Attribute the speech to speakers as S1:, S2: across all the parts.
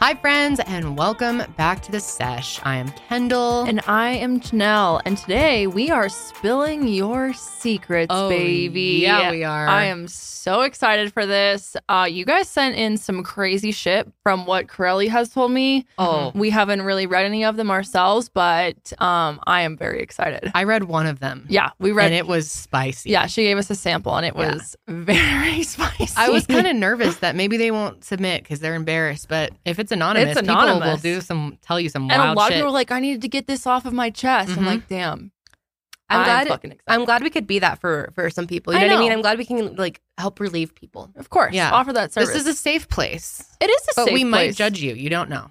S1: Hi, friends, and welcome back to the sesh. I am Kendall.
S2: And I am Janelle, and today we are spilling your secrets,
S1: Oh,
S2: baby.
S1: Yeah, we are.
S2: I am so excited for this. Uh, you guys sent in some crazy shit from what Corelli has told me.
S1: Oh,
S2: We haven't really read any of them ourselves, but um, I am very excited.
S1: I read one of them.
S2: Yeah, we read
S1: And it was spicy.
S2: Yeah, she gave us a sample, and it
S1: Yeah.
S2: was very spicy.
S1: I was kind of nervous that maybe they won't submit because they're embarrassed. But if it's anonymous,
S2: It's
S1: people will
S2: anonymous.
S1: do some, tell you some
S2: and
S1: wild
S2: a lot
S1: shit.
S2: of people were like, "I needed to get this off of my chest."
S1: Mhm.
S2: I'm like, "Damn."
S3: I'm glad-
S2: fucking excited.
S3: I'm glad we could be that for for some people. You
S2: I
S3: know, what I mean?
S2: know.
S3: I'm glad we can like help relieve people.
S2: Of course,
S1: Yeah.
S2: offer that service.
S1: this is a safe place,
S2: it is a
S1: but
S2: safe
S1: we might
S2: place.
S1: judge you. You don't know,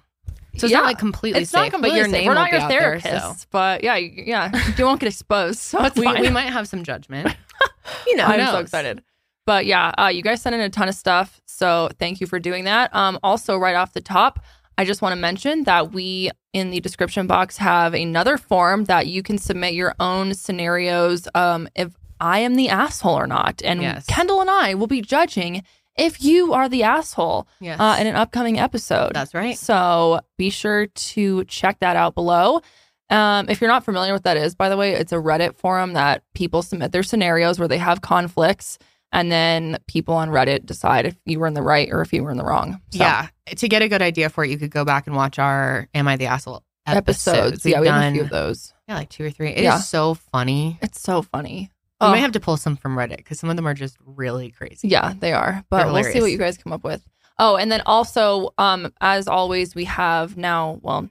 S1: so it's
S2: Yeah.
S1: not like completely
S2: it's
S1: safe.
S2: not completely
S1: but your
S2: safe.
S1: name
S2: We're
S1: will
S2: not your
S1: be out there,
S2: therapist, but yeah, you- yeah, you won't get exposed, so Oh, it's
S1: so. we,
S2: fine.
S1: we might have some judgment.
S3: You know,
S1: I-
S2: I'm so
S1: knows?
S2: excited. But yeah, uh, you guys sent in a ton of stuff, so thank you for doing that. Um, also, right off the top, I just want to mention that we in the description box have another form that you can submit your own scenarios. Um, if I am the asshole or not, and
S1: Yes.
S2: Kendall and I will be judging if you are the asshole
S1: Yes,
S2: uh, in an upcoming episode.
S1: that's right.
S2: So be sure to check that out below. Um, if you're not familiar with that is, by the way, it's a Reddit forum that people submit their scenarios where they have conflicts, and then people on Reddit decide if you were in the right or if you were in the wrong. So,
S1: Yeah. To get a good idea for it, you could go back and watch our "Am I the Asshole?"
S2: episodes.
S1: episodes.
S2: Yeah, we
S1: We've
S2: have a few
S1: done
S2: of those.
S1: yeah, like two or three. It is
S2: Yeah.
S1: so funny.
S2: It's so funny.
S1: We
S2: Oh,
S1: might have to pull some from Reddit because some of them are just really crazy.
S2: yeah, they are.
S1: They're
S2: But we'll see
S1: hilarious.
S2: what you guys come up with. Oh, and then also, um, as always, we have now. Well,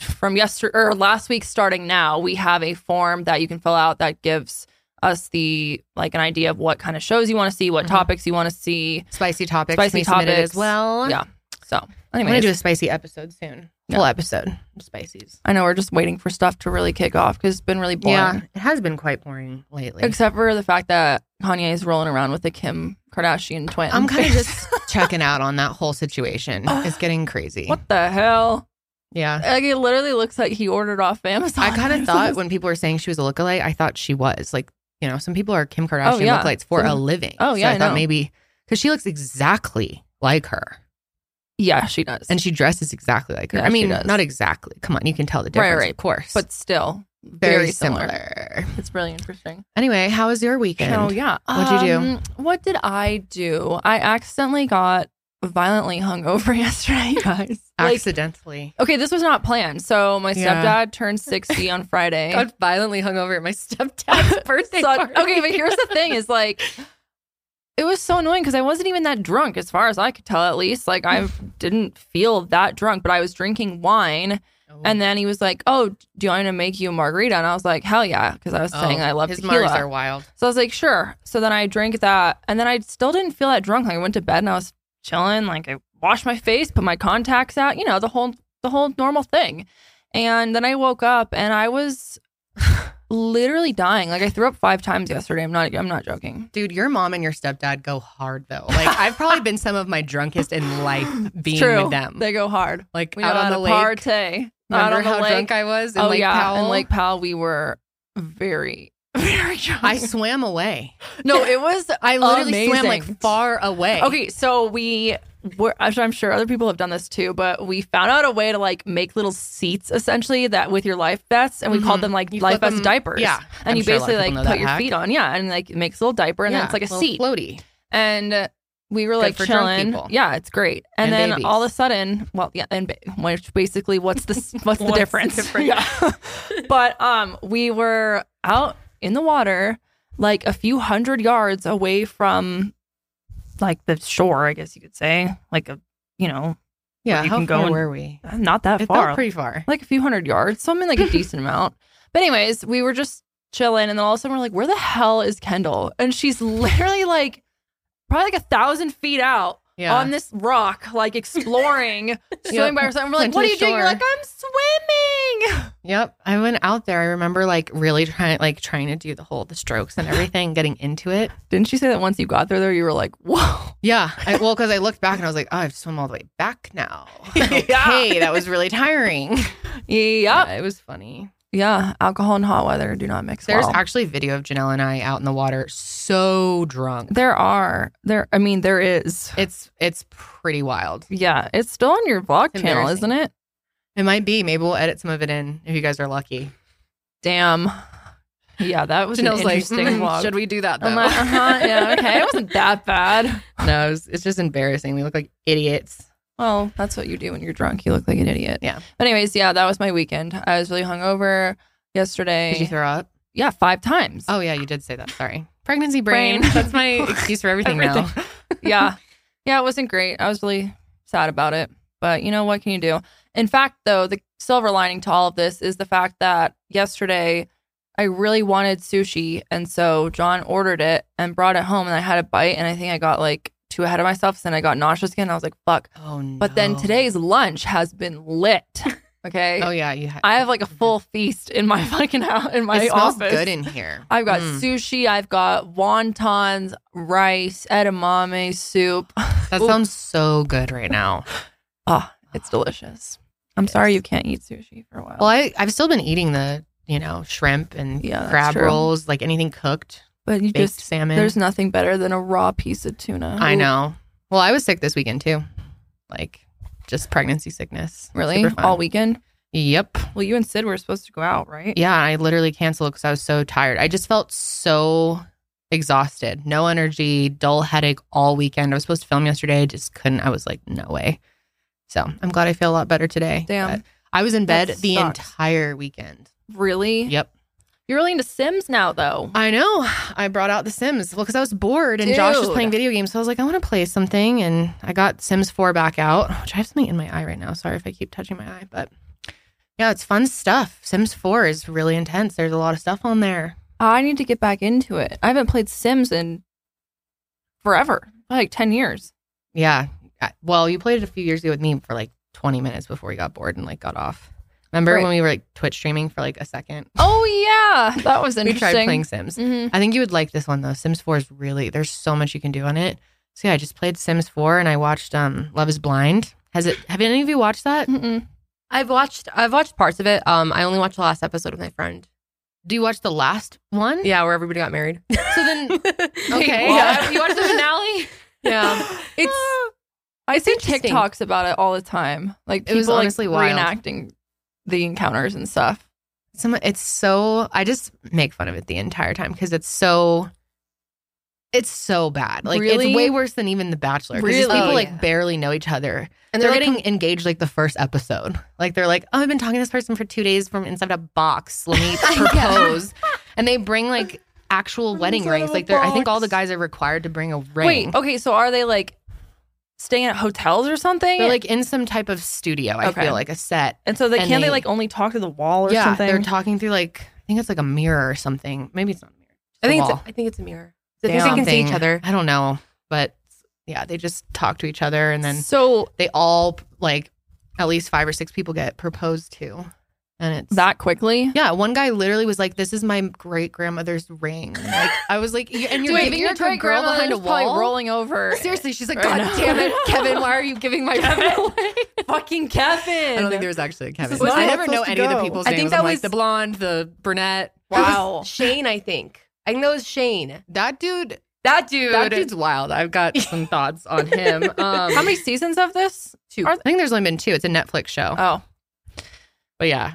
S2: from yesterday or last week, starting now, we have a form that you can fill out that gives us the like an idea of what kind of shows you want to see, what
S1: Mhm.
S2: topics you want to see.
S1: Spicy topics.
S2: Spicy
S1: we submitted
S2: topics.
S1: as well.
S2: Yeah. So,
S1: I'm gonna
S2: anyways,
S1: do a spicy episode soon.
S2: Yeah.
S1: Full episode. Spices.
S2: I know we're just waiting for stuff to really kick off because it's been really boring.
S1: Yeah, it has been quite boring lately.
S2: Except for the fact that Kanye is rolling around with the Kim Kardashian twin.
S1: I'm kind of just checking out on that whole situation. It's getting crazy.
S2: what the hell?
S1: Yeah.
S2: Like it literally looks like he ordered off Amazon.
S1: I kind
S2: or
S1: of thought
S2: something.
S1: when people were saying she was a lookalike, I thought she was like, you know, some people are Kim Kardashian
S2: Oh, yeah.
S1: lookalites for a
S2: Some-
S1: living.
S2: Oh, yeah,
S1: so I,
S2: I
S1: thought
S2: know.
S1: maybe because she looks exactly like her
S2: yeah, she does.
S1: and she dresses exactly like her.
S2: Yeah,
S1: I
S2: she
S1: mean,
S2: does.
S1: not exactly. Come on, you can tell the
S2: Right,
S1: difference,
S2: right.
S1: of course,
S2: but still
S1: very,
S2: very, similar.
S1: similar.
S2: It's really interesting.
S1: Anyway, how was your weekend?
S2: So yeah,
S1: What'd you do?
S2: do? What did I do? I accidentally got violently hungover yesterday, you guys. Like,
S1: Accidentally.
S2: okay, this was not planned. So my
S1: Yeah.
S2: stepdad turned sixty on Friday.
S3: got violently hungover at my stepdad's birthday
S2: So-
S3: party.
S2: okay, but here's the thing: is like. It was so annoying because I wasn't even that drunk, as far as I could tell, at least. Like, I didn't feel that drunk, but I was drinking wine. And then he was like, Oh, do you want me to make you a margarita? And I was like, Hell yeah. Because I was saying I love
S1: Oh, his
S2: tequila.
S1: marks are wild.
S2: So I was like, sure. So then I drank that, and then I still didn't feel that drunk. Like I went to bed and I was chilling. Like I washed my face, put my contacts out. You know the whole the whole normal thing. And then I woke up and I was literally dying. Like I threw up five times yesterday. I'm not. I'm not joking.
S1: Dude, your mom and your stepdad go hard though. Like I've probably been some of my drunkest in life being
S2: True.
S1: with them.
S2: They go hard.
S1: like
S2: We
S1: out
S2: know
S1: on
S2: how
S1: the
S2: to
S1: lake.
S2: party. out
S1: Remember
S2: on the
S1: how
S2: lake.
S1: drunk I was in
S2: oh
S1: Lake
S2: yeah,
S1: Powell?
S2: in Lake Powell we were very very drunk.
S1: I swam away.
S2: no, it was
S1: I literally swam
S2: Amazing.
S1: like far away.
S2: Okay, so we were, actually, I'm sure other people have done this too, but we found out a way to like make little seats essentially that with your life vests, and we
S1: Mhm.
S2: called them like
S1: You
S2: life
S1: flip
S2: vest
S1: them-
S2: diapers.
S1: yeah,
S2: And
S1: I'm
S2: you
S1: sure a lot of
S2: basically like
S1: people know
S2: put
S1: that
S2: your
S1: hack.
S2: feet on, yeah, and like it makes a little diaper, and
S1: Yeah,
S2: then it's like a
S1: little
S2: seat.
S1: floaty.
S2: And uh, we were like
S1: for drunk
S2: chilling.
S1: people.
S2: Yeah, it's great. And,
S1: And
S2: then
S1: babies.
S2: all of a sudden, well, yeah, and ba- which basically, what's the what's the
S3: What's the
S2: difference?
S3: difference?
S2: Yeah. but um, we were out in the water, like a few hundred yards away from, like the shore, I guess you could say, like a, you know,
S1: Yeah,
S2: you
S1: how
S2: can go
S1: far
S2: and-
S1: were we?
S2: not that
S1: It
S2: far,
S1: felt pretty far.
S2: like a few hundred yards, so I mean, like a decent amount. But anyways, we were just chilling, and then all of a sudden we're like, "Where the hell is Kendall?" And she's literally like, probably like a thousand feet out
S1: Yeah.
S2: on this rock, like exploring, swimming by herself. And we're
S1: Went
S2: like,
S1: to
S2: "What are
S1: the
S2: you doing?" You're
S1: shore.
S2: like, "I'm swimming."
S1: Yep. I went out there. I remember like really trying like trying to do the whole the strokes and everything, getting into it.
S2: Didn't she say that once you got there, there you were like, "Whoa."
S1: Yeah. I, well, because I looked back and I was like, oh, I've swum all the way back now.
S2: Yeah.
S1: okay, that was really tiring.
S2: Yep.
S1: it was funny.
S2: Yeah, alcohol and hot weather do not mix
S1: There's
S2: well.
S1: actually video of Janelle and I out in the water, so drunk.
S2: there are there. I mean, there is.
S1: It's it's pretty wild.
S2: Yeah, it's still on your vlog
S1: It's
S2: channel, isn't it?
S1: It might be. Maybe we'll edit some of it in if you guys are lucky.
S2: Damn. Yeah, that was an
S1: Janelle's like,
S2: interesting
S1: "Mm,
S2: vlog.
S1: should we do that though?
S2: I'm like, uh-huh, yeah, okay. It wasn't that bad.
S1: no, it was- it's just embarrassing. We look like idiots.
S2: Well, that's what you do when you're drunk. You look like an idiot.
S1: Yeah.
S2: But anyways, yeah, that was my weekend. I was really hungover
S1: Did you
S2: yesterday.
S1: throw up?
S2: yeah, five times.
S1: Oh yeah, you did say that. Sorry. Pregnancy brain.
S2: Brain.
S1: That's my excuse for everything, now.
S2: Everything. yeah. Yeah, it wasn't great. I was really sad about it. But you know what can you do? In fact, though, the silver lining to all of this is the fact that yesterday I really wanted sushi. And so John ordered it and brought it home. And I had a bite. And I think I got like too ahead of myself. So then I got nauseous again. I was like, fuck.
S1: Oh no.
S2: But then today's lunch has been lit. Okay.
S1: Oh yeah, you. Ha-
S2: I have like a full feast in my fucking house, in my
S1: it smells
S2: office.
S1: good in here.
S2: I've got
S1: Mm,
S2: sushi. I've got wontons, rice, edamame soup.
S1: that sounds so good right now.
S2: Ah, it's delicious. I'm sorry you can't eat sushi for a while.
S1: Well, I I've still been eating the you know shrimp and
S2: Yeah, that's
S1: crab
S2: true.
S1: rolls, like anything cooked,
S2: but you
S1: baked
S2: just
S1: salmon.
S2: there's nothing better than a raw piece of tuna.
S1: I
S2: Ooh,
S1: know. Well, I was sick this weekend too, like just pregnancy sickness.
S2: Really,
S1: Super fun.
S2: all weekend.
S1: Yep.
S2: Well, you and Sid were supposed to go out, right?
S1: Yeah, I literally canceled because I was so tired. I just felt so exhausted, no energy, dull headache all weekend. I was supposed to film yesterday, just couldn't. I was like, no way. So I'm glad I feel a lot better today.
S2: Damn.
S1: But I was in
S2: That
S1: bed the
S2: sucks.
S1: entire weekend.
S2: Really?
S1: Yep.
S2: You're really into Sims now, though.
S1: I know. I brought out The Sims. Well, because I was bored and Josh was
S2: Dude.
S1: playing video games. So I was like, I want to play something. And I got Sims 4 back out, which I have something in my eye right now. Sorry if I keep touching my eye. But yeah, it's fun stuff. Sims 4 is really intense. There's a lot of stuff on there.
S2: I need to get back into it. I haven't played Sims in forever, like ten years.
S1: Yeah. I- Well, you played it a few years ago with me for like 20 minutes before we got bored and like got off. Remember
S2: Right.
S1: when we were like Twitch streaming for like a second?
S2: Oh yeah, that was
S1: We
S2: interesting.
S1: tried playing Sims.
S2: Mhm.
S1: I think you would like this one though. Sims 4 is really there's so much you can do on it. So yeah, I just played Sims 4 and I watched um Love is Blind. Has it have any of you watched that?
S2: Mm-mm.
S3: I've watched I've watched parts of it. Um, I only watched the last episode with my friend.
S1: Do you watch the last one?
S3: Yeah, where everybody got married.
S1: So then Okay.
S3: what?
S1: yeah.
S3: You watched the finale?
S2: Yeah. It's
S1: Ah,
S2: I see
S3: interesting.
S2: TikToks about it all the time. Like
S1: It
S2: people
S1: was
S2: like,
S1: honestly wild.
S2: reenacting the encounters and stuff.
S1: Some it's so I just make fun of it the entire time because it's so it's so bad. Like
S2: Really?
S1: it's way worse than even The Bachelor. 'cause these
S2: Really?
S1: people
S3: Oh,
S1: like
S3: yeah.
S1: barely know each other.
S3: And
S1: they're,
S3: they're, like,
S1: getting engaged like the first episode. Like they're like, oh, I've been talking to this person for two days from inside a box. Let me propose. And they bring like actual wedding
S2: Inside
S1: rings.
S2: of a
S1: Like they're, I think all the
S2: box.
S1: guys are required to bring a ring.
S2: Wait, okay, so are they like staying at hotels or something?
S1: They're like in some type of studio. I
S2: Okay.
S1: feel like a set.
S2: and so they
S1: and
S2: can they,
S1: they-
S2: like only talk to the wall or
S1: yeah, they're
S2: something?
S1: talking through like I think it's like a mirror or something. Maybe it's not a mirror.
S3: I think it's
S1: wall.
S3: a, Oh. I think it's a mirror. So I
S2: Damn.
S3: think they can see each
S1: Something.
S3: other.
S1: I don't know, but yeah, they just talk to each other and then
S2: so
S1: they all like at least five or six people get proposed to, and it's
S2: that quickly?
S1: Yeah, one guy literally was like, "This is my great grandmother's ring." Like, I was like, "And you're
S2: Wait,
S1: giving
S2: your
S1: it to a girl
S2: great-grandmother's
S1: behind a
S2: probably
S1: wall?"
S2: rolling over.
S1: Seriously, she's like, "God
S2: Right now.
S1: damn it, Kevin, why are you giving my ring away?"
S2: Fucking Kevin.
S1: I don't think there was actually a Kevin.
S2: is not
S1: I
S2: how
S1: never
S2: it's
S1: know
S2: supposed
S1: any
S2: to
S1: of the
S2: go.
S1: people's
S3: I
S1: names.
S3: think that
S1: I'm like
S3: was-
S1: the blonde, the brunette.
S2: Wow.
S3: Shane, I think. I think that was Shane.
S1: That dude,
S3: That dude.
S1: that dude's wild. I've got some thoughts on him. Um,
S2: How many seasons of this?
S3: Two.
S1: I think there's only been two. It's a Netflix show,
S2: Oh.
S1: but yeah,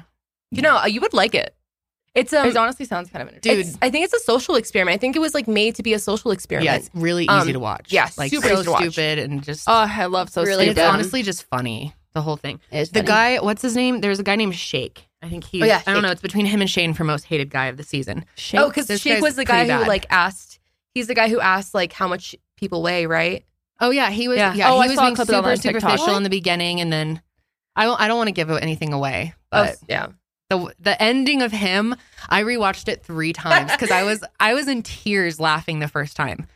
S3: You know, you would like it. It's um,
S2: it honestly sounds kind of interesting.
S3: dude. I think it's a social experiment. I think it was like made to be a social experiment.
S1: yeah, it's really easy
S3: Um,
S1: to watch.
S3: yeah,
S1: like
S3: super
S1: so
S3: easy to watch.
S1: stupid and just.
S2: Oh, I love so
S3: Really
S1: and it's
S2: stupid.
S3: dumb.
S1: honestly just funny. The whole thing.
S3: It's
S1: The
S3: funny.
S1: guy, what's his name? There's a guy named Shake. I think he's,
S3: Oh, yeah,
S1: I don't
S3: Shake.
S1: know. It's between him and Shane for most hated guy of the season.
S2: Shake.
S3: Oh, because
S1: This
S3: Shake
S1: guy's
S3: was the guy
S1: pretty
S3: who
S1: bad.
S3: like asked. He's the guy who asked like how much people weigh, right?
S1: Oh, yeah. He was, yeah,
S3: Yeah.
S2: Oh, I
S1: he was
S2: saw a
S1: being
S2: clip of that
S1: super
S2: on TikTok.
S1: superficial
S2: What?
S1: in the beginning. And then I don't, I don't want to give anything away,
S3: Oh,
S1: but
S3: yeah.
S1: the, the ending of him, I rewatched it three times because I was, I was in tears laughing the first time.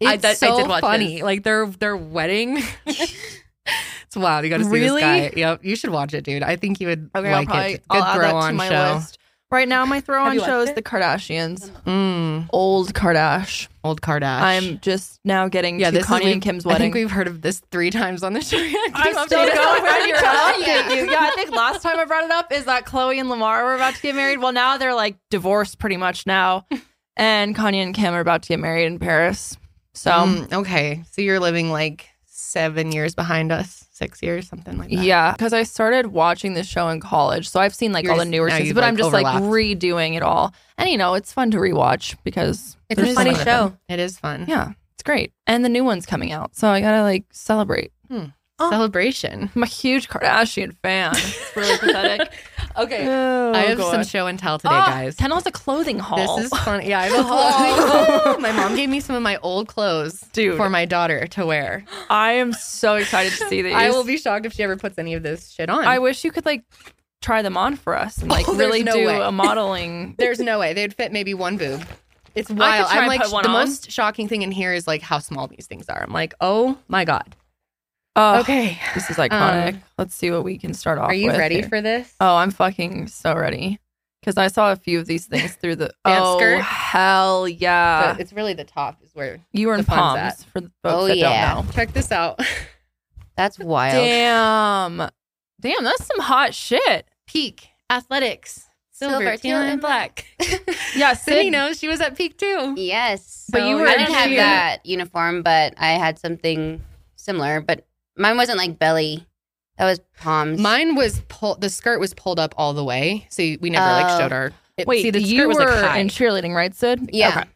S1: It's
S3: I- that- I
S1: so
S3: did watch
S1: funny.
S3: this.
S1: Like their, their wedding. it's wild. You got to see
S2: Really?
S1: this guy. Yep. You should watch it, dude. I think you would
S2: Okay,
S1: like
S2: I'll probably
S1: it. Good
S2: I'll add
S1: throw
S2: that
S1: on
S2: to my
S1: show.
S2: list. Right now, my throw
S3: Have
S2: on
S3: you watched
S2: show is
S3: it?
S2: the Kardashians.
S1: Mm,
S2: Old Kardash.
S1: old Kardash.
S2: I'm just now getting
S1: yeah,
S2: to
S1: this is-
S2: Kanye
S1: we-
S2: and Kim's
S1: I
S2: wedding.
S1: think we've heard of this three times on the show.
S2: I'm
S1: Keep
S2: still
S1: updating us.
S2: going on your
S3: update you. Yeah, I think last time I brought it up is that Chloe and Lamar were about to get married.
S2: well, now they're like divorced pretty much now, and Kanye and Kim are about to get married in Paris. So
S1: Mm, okay, so you're living like seven years behind us, six years, something like that.
S2: yeah, because I started watching this show in college, so I've seen like
S1: You're
S2: all the
S1: just-
S2: newer
S1: now
S2: seasons,
S1: you've,
S2: but
S1: like,
S2: I'm just like
S1: overlapped.
S2: redoing it all, and you know it's fun to rewatch because
S3: It's
S2: there's
S3: a
S2: so
S3: funny
S2: many of
S3: show.
S2: them.
S1: it is fun.
S2: Yeah, it's great, and the new one's coming out, so I gotta like celebrate. Oh.
S1: Celebration.
S2: I'm a huge Kardashian fan. It's really pathetic.
S3: Okay.
S1: I have some show and tell today,
S2: Oh, Ah,
S1: guys.
S2: Kendall has a clothing haul.
S1: This is fun. Yeah, I have a whole. my mom gave me some of my old clothes
S2: Oh. Dude,
S1: for my daughter to wear.
S2: I am so excited to see these.
S1: I will be shocked if she ever puts any of this shit on.
S2: I wish you could like try them on for us and like
S1: Oh, there's
S2: really
S1: no
S2: do
S1: way.
S2: a modeling.
S1: There's no way they'd fit maybe one boob. It's wild.
S2: try
S1: I'm
S2: and
S1: like
S2: put one
S1: the
S2: on.
S1: most shocking thing in here is like how small these things are. I'm like, oh my god.
S2: Oh,
S1: okay, Um,
S2: this is iconic. Let's see what we can start off.
S1: are you
S2: with
S1: ready
S2: here.
S1: for this?
S2: Oh, I'm fucking so ready because I saw a few of these things through the.
S1: Band
S2: oh
S1: skirt?
S2: hell yeah!
S1: But it's really the top is where.
S2: you were in
S1: the fun's
S2: palms for the folks
S3: Oh,
S2: that
S3: yeah.
S2: don't know.
S1: Check this out.
S3: That's wild.
S2: Damn, damn, that's some hot shit.
S1: Peak athletics, silver, teal, and black. Sydney
S2: Yeah, Sydney.
S1: knows she was at peak too.
S4: Yes.
S2: But you were
S4: I
S2: in
S4: didn't have
S2: cheer.
S4: that uniform, but I had something similar. But mine wasn't like belly. That was palms.
S1: Mine was pulled. The skirt was pulled up all the way, so we never like
S4: Oh.
S1: showed our. It,
S2: Wait,
S1: see, the
S2: you
S1: skirt was
S2: were
S1: like high.
S2: in cheerleading, right, Sid?
S4: Yeah.
S2: Okay.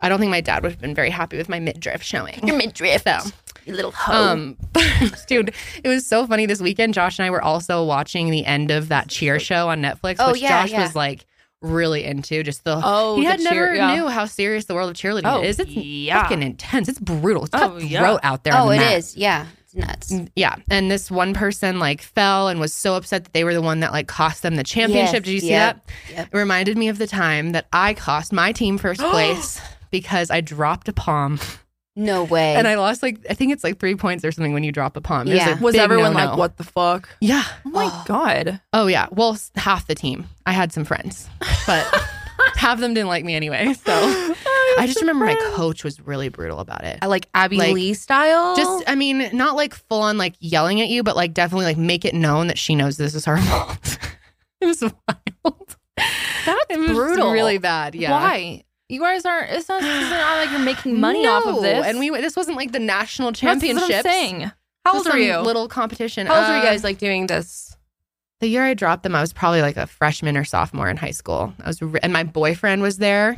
S1: I don't think my dad would have been very happy with my midriff showing.
S4: Your midriff.
S1: So,
S4: You little hoe.
S1: um, dude, it was so funny this weekend. Josh and I were also watching the end of that cheer show on Netflix,
S4: Oh,
S1: which
S4: yeah,
S1: Josh
S4: yeah.
S1: was like really into. Just the
S2: Oh,
S1: he
S2: the
S1: had
S2: cheer-
S1: never
S2: yeah.
S1: knew how serious the world of cheerleading
S2: Oh,
S1: is. It's
S2: yeah.
S1: fucking intense. It's brutal. It's
S2: Oh,
S1: cutthroat
S2: yeah.
S1: out there.
S4: oh,
S1: on
S4: it
S1: the
S4: is.
S1: mat.
S4: Yeah. It's nuts.
S1: Yeah. And this one person like fell and was so upset that they were the one that like cost them the championship.
S4: Yes,
S1: Did you see
S4: yep,
S1: that?
S4: yep.
S1: It reminded me of the time that I cost my team first place because I dropped a palm
S4: No way.
S1: and I lost like, I think it's like three points or something when you drop a palm. It
S4: Yeah.
S1: was, a
S2: Was
S1: big
S2: everyone
S1: no-no.
S2: like, "What the fuck"?
S1: Yeah.
S2: Oh my god!
S1: Oh, yeah. Well, s- half the team. I had some friends, but half of them didn't like me anyway. So
S2: Oh,
S1: I just remember my coach was really brutal about it.
S3: I like Abby
S1: Like,
S3: Lee style.
S1: Just, I mean, not like full on like yelling at you, but like definitely like make it known that she knows this is her fault. it was wild.
S2: That's
S1: It was
S2: brutal.
S1: really bad. Yeah.
S2: Why? You guys aren't. It's not. It's not like you're making money off
S1: No.
S2: of this.
S1: And we this wasn't like the national
S2: That's what I'm
S1: championships.
S2: saying.
S1: This
S3: how old
S1: was
S3: are
S1: some
S3: you?
S1: Little competition.
S3: how old are you
S1: Uh,
S3: guys like doing this?
S1: The year I dropped them, I was probably like a freshman or sophomore in high school. I was, re- and my boyfriend was there,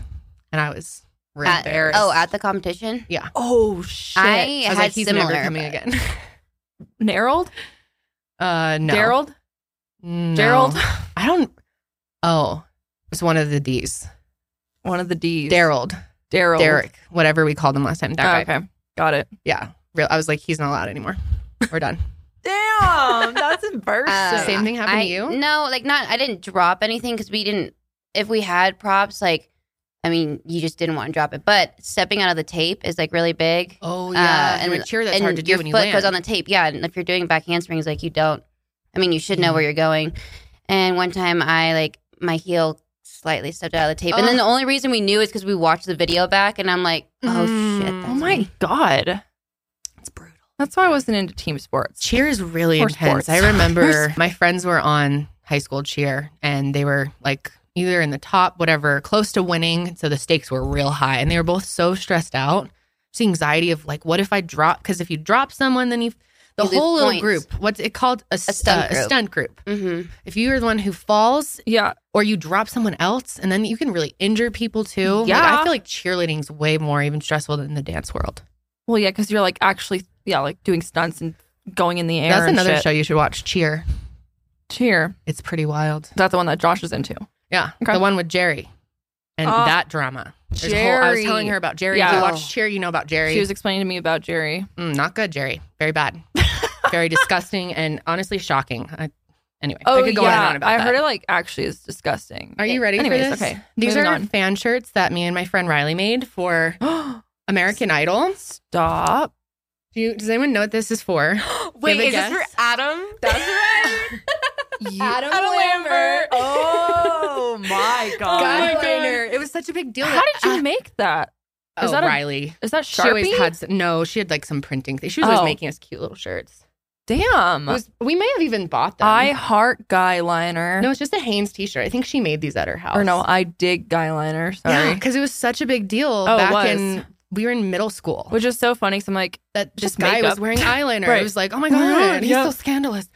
S1: and I was really
S4: At-
S1: embarrassed.
S4: oh, at the competition?
S2: Oh shit!
S4: I
S1: I was
S4: had
S1: like, he's
S4: similar.
S1: never coming again.
S2: Narold,
S1: Uh, no,
S2: Gerald,
S1: No.
S2: Gerald,
S1: I don't. Oh, it was one of the D's.
S2: one of the D's.
S1: Daryl,
S2: Daryl,
S1: Derek, whatever we called him last time. That
S2: Oh,
S1: guy.
S2: okay, got it.
S1: Yeah, real. I was like, he's not allowed anymore. We're done.
S2: Damn, that's embarrassing.
S4: Uh,
S1: Same thing happened
S4: I,
S1: to you?
S4: No, like not. I didn't drop anything because we didn't. If we had props, like, I mean, you just didn't want to drop it. But stepping out of the tape is like really big.
S1: Oh
S4: yeah.
S1: and
S4: and-
S1: a cheer that's hard to do
S4: your
S1: when you
S4: foot
S1: land.
S4: goes on the tape. Yeah, and if you're doing back handsprings, like you don't. I mean, you should
S1: Mm-hmm.
S4: know where you're going. And one time, I like my heel slightly stepped out of the tape, and then the only reason we knew is because we watched the video back, and I'm like, oh
S1: Mm.
S4: shit, that's
S2: Oh my god,
S1: it's brutal.
S2: that's why I wasn't into team sports.
S1: Cheer is really
S2: Or
S1: intense.
S2: sports.
S1: I remember
S2: Or-
S1: my friends were on high school cheer and they were like either in the top, whatever, close to winning. So the stakes were real high and they were both so stressed out. Just anxiety of like, what if I drop? Because if you drop someone, then you the
S4: You lose
S1: whole little
S4: points.
S1: group, what's it called? A, st-
S4: stunt
S1: uh, a
S4: group.
S1: stunt group.
S4: Mm-hmm.
S1: If you are the one who falls
S2: Yeah,
S1: or you drop someone else, and then you can really injure people too. Like,
S2: Yeah.
S1: I feel like cheerleading's way more even stressful than the dance world.
S2: well, yeah, because you're like actually, yeah, like doing stunts and going in the air.
S1: That's
S2: and
S1: another
S2: shit.
S1: show you should watch, Cheer.
S2: Cheer.
S1: It's pretty wild.
S2: That's the one that Josh is into.
S1: Yeah,
S2: Okay.
S1: the one with Jerry and
S2: Oh.
S1: that drama. There's a whole- I was
S2: Jerry.
S1: telling her about Jerry.
S2: Yeah.
S1: If you watch Cheer, you know about Jerry.
S2: She was explaining to me about Jerry.
S1: Mm, not good, Jerry. Very bad. Very disgusting and honestly shocking. I, anyway, Oh, I could go on and on about
S2: Oh, I
S1: that.
S2: heard it like actually is disgusting.
S1: Are you ready
S2: Anyways,
S1: for this?
S2: okay,
S1: These
S2: moving
S1: are
S2: on.
S1: fan shirts that me and my friend Riley made for American Idol.
S2: Stop.
S1: Do you, does anyone know what this is for?
S3: Wait,
S1: a
S3: is this for
S1: guess.
S3: Adam? That's right.
S2: You-
S3: Adam,
S2: Adam
S3: Lambert.
S2: Lambert.
S3: Oh my god.
S2: my God.
S1: Guideliner. It was such a big deal.
S2: How
S1: that- uh,
S2: did you make that?
S1: Oh,
S2: is that a-
S1: Riley.
S2: Is that
S1: Ah. She
S2: Sharpie?
S1: always had some, no. She had like some printing thing. She was always
S2: Oh.
S1: making us cute little shirts.
S2: Damn.
S1: It was- we may have even bought them.
S2: I heart guy liner.
S1: no, it's just a Hanes T-shirt. I think she made these at her house.
S2: or no, I dig guy liner. Sorry. Oh,
S1: yeah, because it was such a big deal
S2: it
S1: back
S2: was.
S1: in we were in middle school.
S2: Which is so funny because I'm like,
S1: that this
S2: Just
S1: guy
S2: makeup.
S1: was wearing eyeliner.
S2: Right.
S1: It was like, oh my
S2: Oh
S1: god,
S2: my God,
S1: he's
S2: yeah.
S1: so scandalous.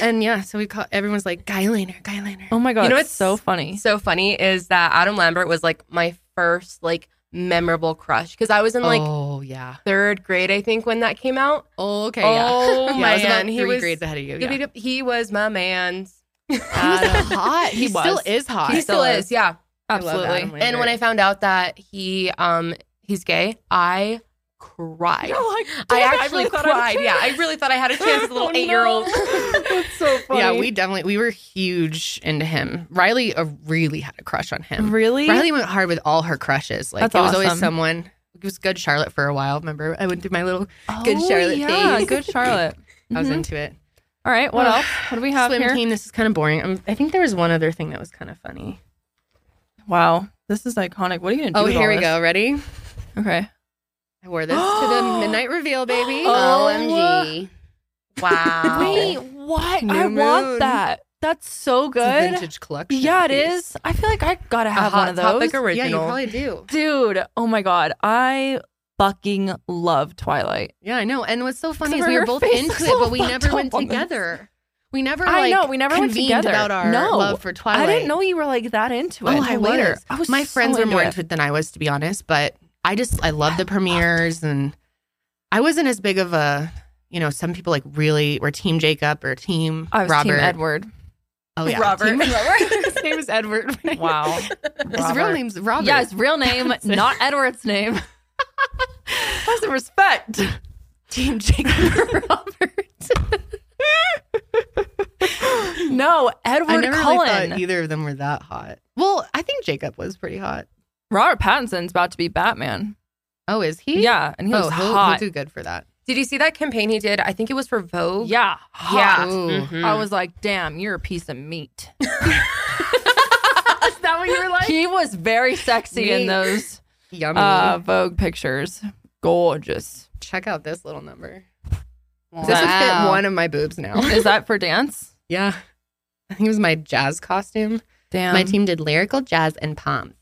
S1: and yeah, so we call everyone's like guyliner, guyliner.
S2: oh my god,
S1: You know
S2: it's
S1: what's-
S2: so funny.
S3: so funny is that Adam Lambert was like my first like memorable crush because I was in like
S1: oh yeah.
S3: third grade I think when that came out.
S1: Oh, okay.
S3: Oh
S1: yeah.
S3: my
S1: yeah, I was about
S3: man, he
S1: three
S3: was
S1: grades ahead of you.
S3: Yep,
S1: Yeah.
S3: yep, He was my man's.
S1: Adam, hot. He,
S2: He was.
S1: still is hot.
S3: He still is, yeah.
S1: I love Adam
S2: Absolutely.
S1: Lambert.
S3: And when I found out that he um he's gay, I cried. I actually cried. yeah, I really thought I had a chance as a little
S2: Oh, no.
S3: eight year old.
S2: That's so funny.
S1: yeah, we definitely we were huge into him. Riley uh, really had a crush on him.
S2: really.
S1: Riley went hard with all her crushes. Like
S2: That's
S1: it was always
S2: awesome.
S1: someone. It was good Charlotte for a while. Remember, I went through my little.
S2: Oh,
S1: Good Charlotte
S2: Yeah,
S1: phase.
S2: good Charlotte.
S1: I was
S2: Mhm.
S1: into it.
S2: All right, what
S1: Ugh.
S2: else? What do we have
S1: Swim
S2: here?
S1: team. This is kind of boring. Um, I think there was one other thing that was kind of funny.
S2: Wow, this is iconic. What are you gonna do?
S1: Oh,
S2: with
S1: here
S2: all
S1: we
S2: this?
S1: go. Ready?
S2: Okay.
S1: I wore this to the midnight reveal, baby.
S2: Oh,
S4: OMG.
S3: Wow.
S2: Wait, what?
S1: New
S2: I
S1: moon.
S2: want that. That's so
S1: It's a
S2: good.
S1: vintage collection.
S2: Yeah, it
S1: piece.
S2: is. I feel like I gotta have one
S3: Hot
S2: of those.
S3: Topic original.
S1: Yeah, you probably do.
S2: Dude, oh my god, I fucking love Twilight.
S1: Yeah, I know. And what's so funny
S2: Except
S1: is
S2: for
S1: we were
S2: her
S1: both
S2: face
S1: into
S2: is
S1: it, but
S2: all
S1: we
S2: fucked
S1: never
S2: up
S1: went
S2: on this.
S1: together. We never.
S2: I
S1: like,
S2: know, we never went
S1: convened
S2: together.
S1: about our
S2: No.
S1: love for Twilight.
S2: I didn't know you were like that into it.
S1: Oh, I
S2: until later.
S1: was.
S2: I was.
S1: My
S2: so
S1: friends were more
S2: it.
S1: into it than I was, to be honest. But I just I loved the premieres, and I wasn't as big of a you know. Some people like really were Team Jacob or Team
S2: I was
S1: Robert.
S2: Team Edward.
S1: Oh yeah,
S3: Robert.
S1: Team Robert. His name is Edward.
S2: Wow.
S1: His real
S2: Robert.
S1: name's Robert.
S2: Yes, real name,
S1: it.
S2: not Edward's name.
S1: Have some respect. Team Jacob Robert.
S2: No, Edward
S1: I never really
S2: Cullen.
S1: thought either of them were that hot. Well, I think Jacob was pretty hot.
S2: Robert Pattinson's about to be Batman.
S1: Oh, is he?
S2: Yeah, and he
S1: oh,
S2: looks
S1: he'll,
S2: hot.
S1: he'll do good for that.
S3: Did you see that campaign he did? I think it was for Vogue.
S2: yeah,
S3: Yeah.
S2: hot.
S1: Mm-hmm.
S4: Hmm.
S2: I
S1: Oh,
S2: was like, damn, you're a piece of meat.
S3: Is that what you were like?
S2: he was very sexy in
S1: Meat.
S2: those
S1: Yummy.
S2: uh, Vogue pictures. Gorgeous.
S1: Check out this little number.
S4: Wow.
S1: This would fit one of my boobs now.
S2: Is that for dance?
S1: yeah. I think it was my jazz costume.
S2: Damn.
S1: my team did lyrical jazz and palms.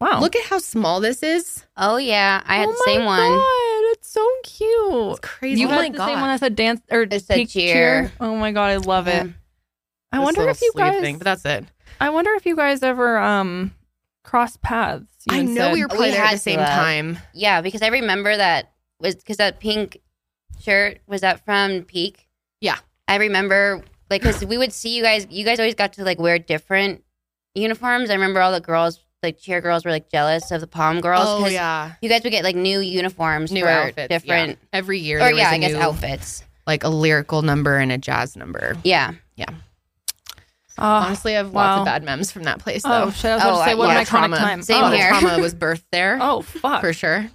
S2: Wow.
S1: Look at how small this is.
S4: Oh, yeah. I had
S2: Oh
S4: the same
S2: my
S4: one.
S2: God, it's so
S1: It's
S2: cute.
S1: crazy.
S2: you
S3: Oh
S2: had
S3: my
S2: the
S3: God.
S2: same one that said dance or
S4: It said
S2: peak
S4: cheer.
S2: Oh my god, I love it.
S4: Yeah.
S2: I wonder if you guys.
S1: Thing, but that's it.
S2: I wonder if you guys ever um cross paths. you
S1: I
S2: and
S1: know
S2: Sid.
S1: we were
S4: We
S1: playing there at
S4: had
S1: the
S4: to
S1: same
S4: have-
S1: time.
S4: Yeah, because I remember that was because that pink shirt was that from Peak.
S1: Yeah.
S4: I remember like because we would see you guys. You guys always got to like wear different uniforms. I remember all the girls, like cheer girls, were like jealous of the palm girls. 'cause
S1: Oh, yeah.
S4: you guys would get like new uniforms,
S1: New
S4: for
S1: outfits. yeah.
S4: different,
S1: Every year
S4: or
S1: there
S4: yeah,
S1: was a
S4: I guess
S1: new,
S4: outfits.
S1: like a lyrical number and a jazz number.
S4: Yeah,
S2: Ah,
S1: Honestly, I have lots
S2: wow.
S1: of bad memes from that place
S2: oh
S1: though.
S2: shit! I was about
S4: Oh,
S2: to say
S4: I-
S2: what
S4: yeah,
S2: an iconic
S1: trauma.
S2: time.
S4: Same
S2: oh,
S1: oh,
S4: here.
S1: trauma was birthed there
S2: Oh fuck!
S1: for sure.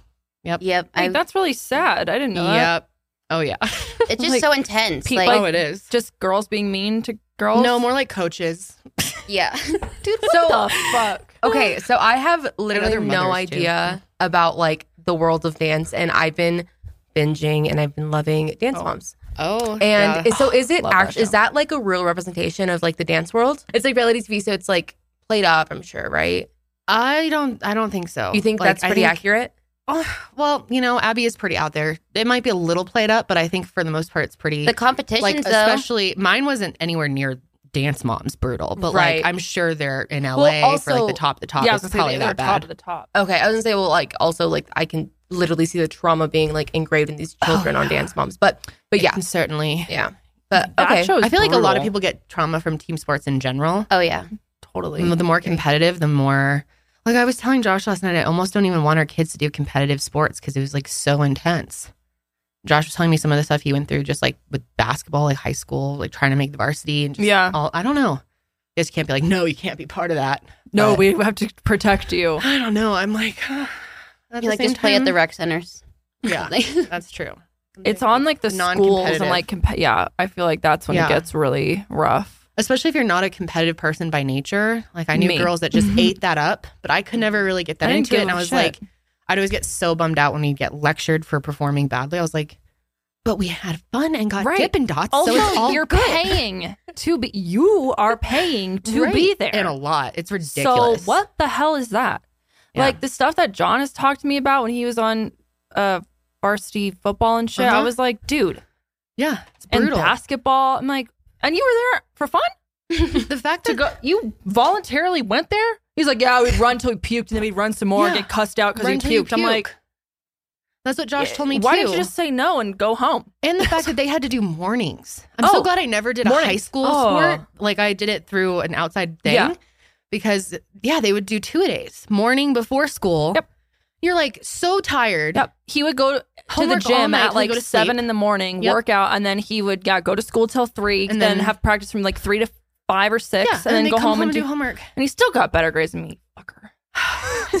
S1: Yep.
S4: yep. I,
S2: Hey, that's really sad. I didn't know. That.
S1: Yep. Oh yeah.
S4: it's just
S2: like,
S4: so intense.
S2: Pete-
S4: Like,
S1: oh, it is.
S2: Just girls being mean to girls.
S1: No, more like coaches.
S4: yeah,
S2: dude.
S3: So-
S2: What the fuck?
S3: Okay, so I have literally
S1: other
S3: no
S1: mothers, too.
S3: idea about like the world of dance, and I've been binging and I've been loving Dance
S2: Oh.
S3: Moms.
S1: Oh,
S3: And is- so, is it
S2: Love that
S3: actually is
S2: show.
S3: that like a real representation of like the dance world? It's like reality TV, so it's like played up. I'm sure, right?
S1: I don't. I don't think so.
S3: You Oh, think
S1: Like,
S3: that's
S1: I
S3: pretty
S1: think-
S3: accurate?
S1: Oh, well, you know, Abby is pretty out there. It might be a little played up, but I think for the most part, it's pretty.
S4: the competitions
S1: like
S4: though.
S1: especially mine wasn't anywhere near Dance Moms brutal, but
S3: Right.
S1: like I'm sure they're in LA for
S3: also-
S1: like the top. The top
S2: yeah, I was
S1: is
S2: gonna
S1: probably
S2: say
S1: that
S2: they're
S1: bad.
S2: top of the top.
S3: Okay, I was gonna say, well, like also like I can literally see the trauma being like engraved in these children on Dance Moms, but but yeah,
S1: And certainly.
S3: yeah, but
S2: That
S3: okay,
S2: show's
S1: I feel like a lot of
S2: brutal.
S1: people get trauma from team sports in general.
S4: oh yeah,
S2: totally.
S1: The more competitive, the more. Like I was telling Josh last night, I almost don't even want our kids to do competitive sports because it was like so intense. Josh was telling me some of the stuff he went through, just like with basketball, like high school, like trying to make the varsity, and just
S2: Yeah.
S1: all I don't know. You just can't be like, no, you can't be part of that.
S2: No,
S1: But-
S2: we have to protect you.
S1: I don't know. I'm like, at
S4: you
S1: the
S4: like
S1: same
S4: just play at the
S1: time-
S4: rec centers.
S1: yeah,
S4: Like,
S1: that's true.
S2: it's on like the schools
S1: Non-competitive.
S2: and like comp- yeah. I feel like that's when
S1: Yeah.
S2: it gets really rough.
S1: especially if you're not a competitive person by nature. Like I knew
S2: Me. Mm-hmm.
S1: girls that just ate that up, but I could never really get that
S2: I didn't
S1: into it.
S2: give
S1: And
S2: a
S1: I was
S2: shit.
S1: like, I'd always get so bummed out when we'd get lectured for performing badly. I was like, but we had fun and got
S2: Right.
S1: Dippin' Dots,
S2: Also,
S1: so it's all
S2: you're
S1: good.
S2: paying to be. You are paying to
S1: Right.
S2: be there
S1: and a lot. It's ridiculous.
S2: So what the hell is that?
S1: Yeah.
S2: Like the stuff that John has talked to me about when he was on uh varsity football and shit. I
S1: Uh-huh.
S2: was like, dude,
S1: Yeah, it's
S2: and
S1: brutal.
S2: basketball. I'm like, and you were there for fun
S1: the fact
S2: to
S1: that
S2: go. You voluntarily went there. He's like, yeah, we'd run till we puked, and then we'd run some more and
S1: Yeah.
S2: get cussed out because we
S1: Run till you
S2: puked. I'm like,
S1: puke. that's what Josh told me
S2: why
S1: too.
S2: didn't you just say no and go home?
S1: And the fact that they had to do mornings. I'm
S2: Oh,
S1: so glad I never did a high
S2: mornings.
S1: school
S2: Oh.
S1: sport. Like I did it through an outside thing.
S2: Yeah.
S1: Because yeah, they would do two a days. Morning before school.
S2: Yep.
S1: You're like so tired.
S2: Yep. He would go to
S1: Homework
S2: the
S1: all
S2: gym
S1: night till
S2: at
S1: you
S2: like
S1: go to
S2: seven
S1: sleep.
S2: in the morning,
S1: Yep.
S2: work out, and then he would yeah go to school till three, and
S1: And
S2: then,
S1: then-
S2: have practice from like three to five or six,
S1: Yeah.
S2: and, then
S1: they
S2: go
S1: come
S2: home and do
S1: homework.
S2: And he still got better grades than me. Fucker.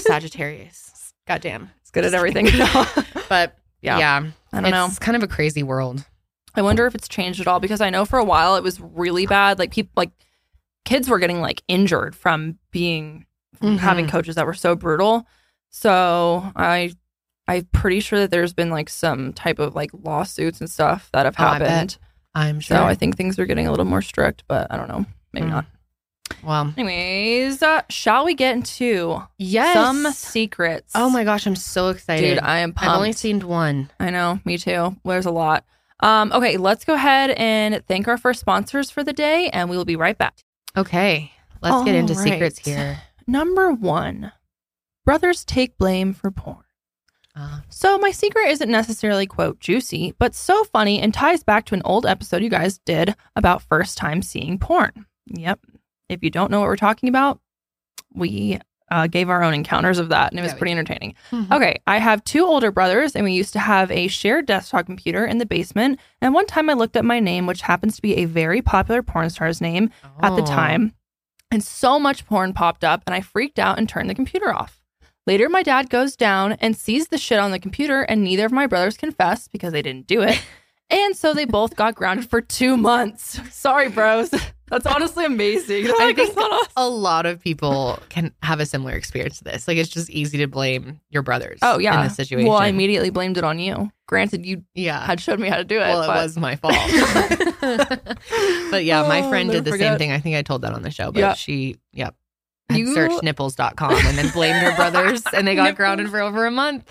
S1: Sagittarius. Goddamn.
S2: It's good at everything. I
S1: But
S2: Yeah.
S1: yeah.
S2: don't
S1: it's
S2: know.
S1: kind of a crazy world.
S2: I wonder if it's changed at all because I know for a while it was really bad. Like people, like kids were getting like injured from being from
S1: Mhm.
S2: having coaches that were so brutal. So I, I'm pretty sure that there's been like some type of like lawsuits and stuff that have
S1: Oh, I bet.
S2: happened.
S1: I'm
S2: so
S1: sure.
S2: I think things are getting a little more strict, but I don't know. Maybe
S1: Mm.
S2: not.
S1: well,
S2: Anyways, uh, shall we get into
S1: yes.
S2: some secrets?
S1: oh my gosh, I'm so excited.
S2: dude, I am pumped.
S1: I've only seen one.
S2: I know, me too. There's a lot. Um, okay, let's go ahead and thank our first sponsors for the day, and we will be right back.
S1: Okay. Let's get into
S2: All
S1: secrets
S2: right.
S1: here.
S2: Number one, brothers take blame for porn.
S1: Uh,
S2: So my secret isn't necessarily quote juicy, but so funny and ties back to an old episode you guys did about first time seeing porn. Yep. If you don't know what we're talking about, we uh, gave our own encounters of that, and it was
S1: Yeah, we
S2: pretty entertaining.
S1: mhm.
S2: Okay, I have two older brothers, and we used to have a shared desktop computer in the basement. And one time I looked up my name, which happens to be a very popular porn star's name at the
S1: Oh.
S2: time. And so much porn popped up, and I freaked out and turned the computer off. Later, my dad goes down and sees the shit on the computer, and neither of my brothers confessed because they didn't do it. and so they both got grounded for two months. Sorry, bros. That's honestly amazing. They're
S1: I
S2: like,
S1: think-
S2: "It's not us."
S1: a lot of people can have a similar experience to this. Like it's just easy to blame your brothers.
S2: Oh, yeah.
S1: in this situation.
S2: Well, I immediately blamed it on you. Granted, you
S1: yeah.
S2: had showed me how to do it.
S1: Well, it
S2: but-
S1: was my fault. but yeah, my
S2: Oh,
S1: friend
S2: never
S1: did the
S2: forget.
S1: same thing. I think I told that on the show, but
S2: Yeah.
S1: she, yep. Had
S2: You-
S1: searched nipples.com and then blamed her brothers and they got
S2: Nipples.
S1: grounded for over a month.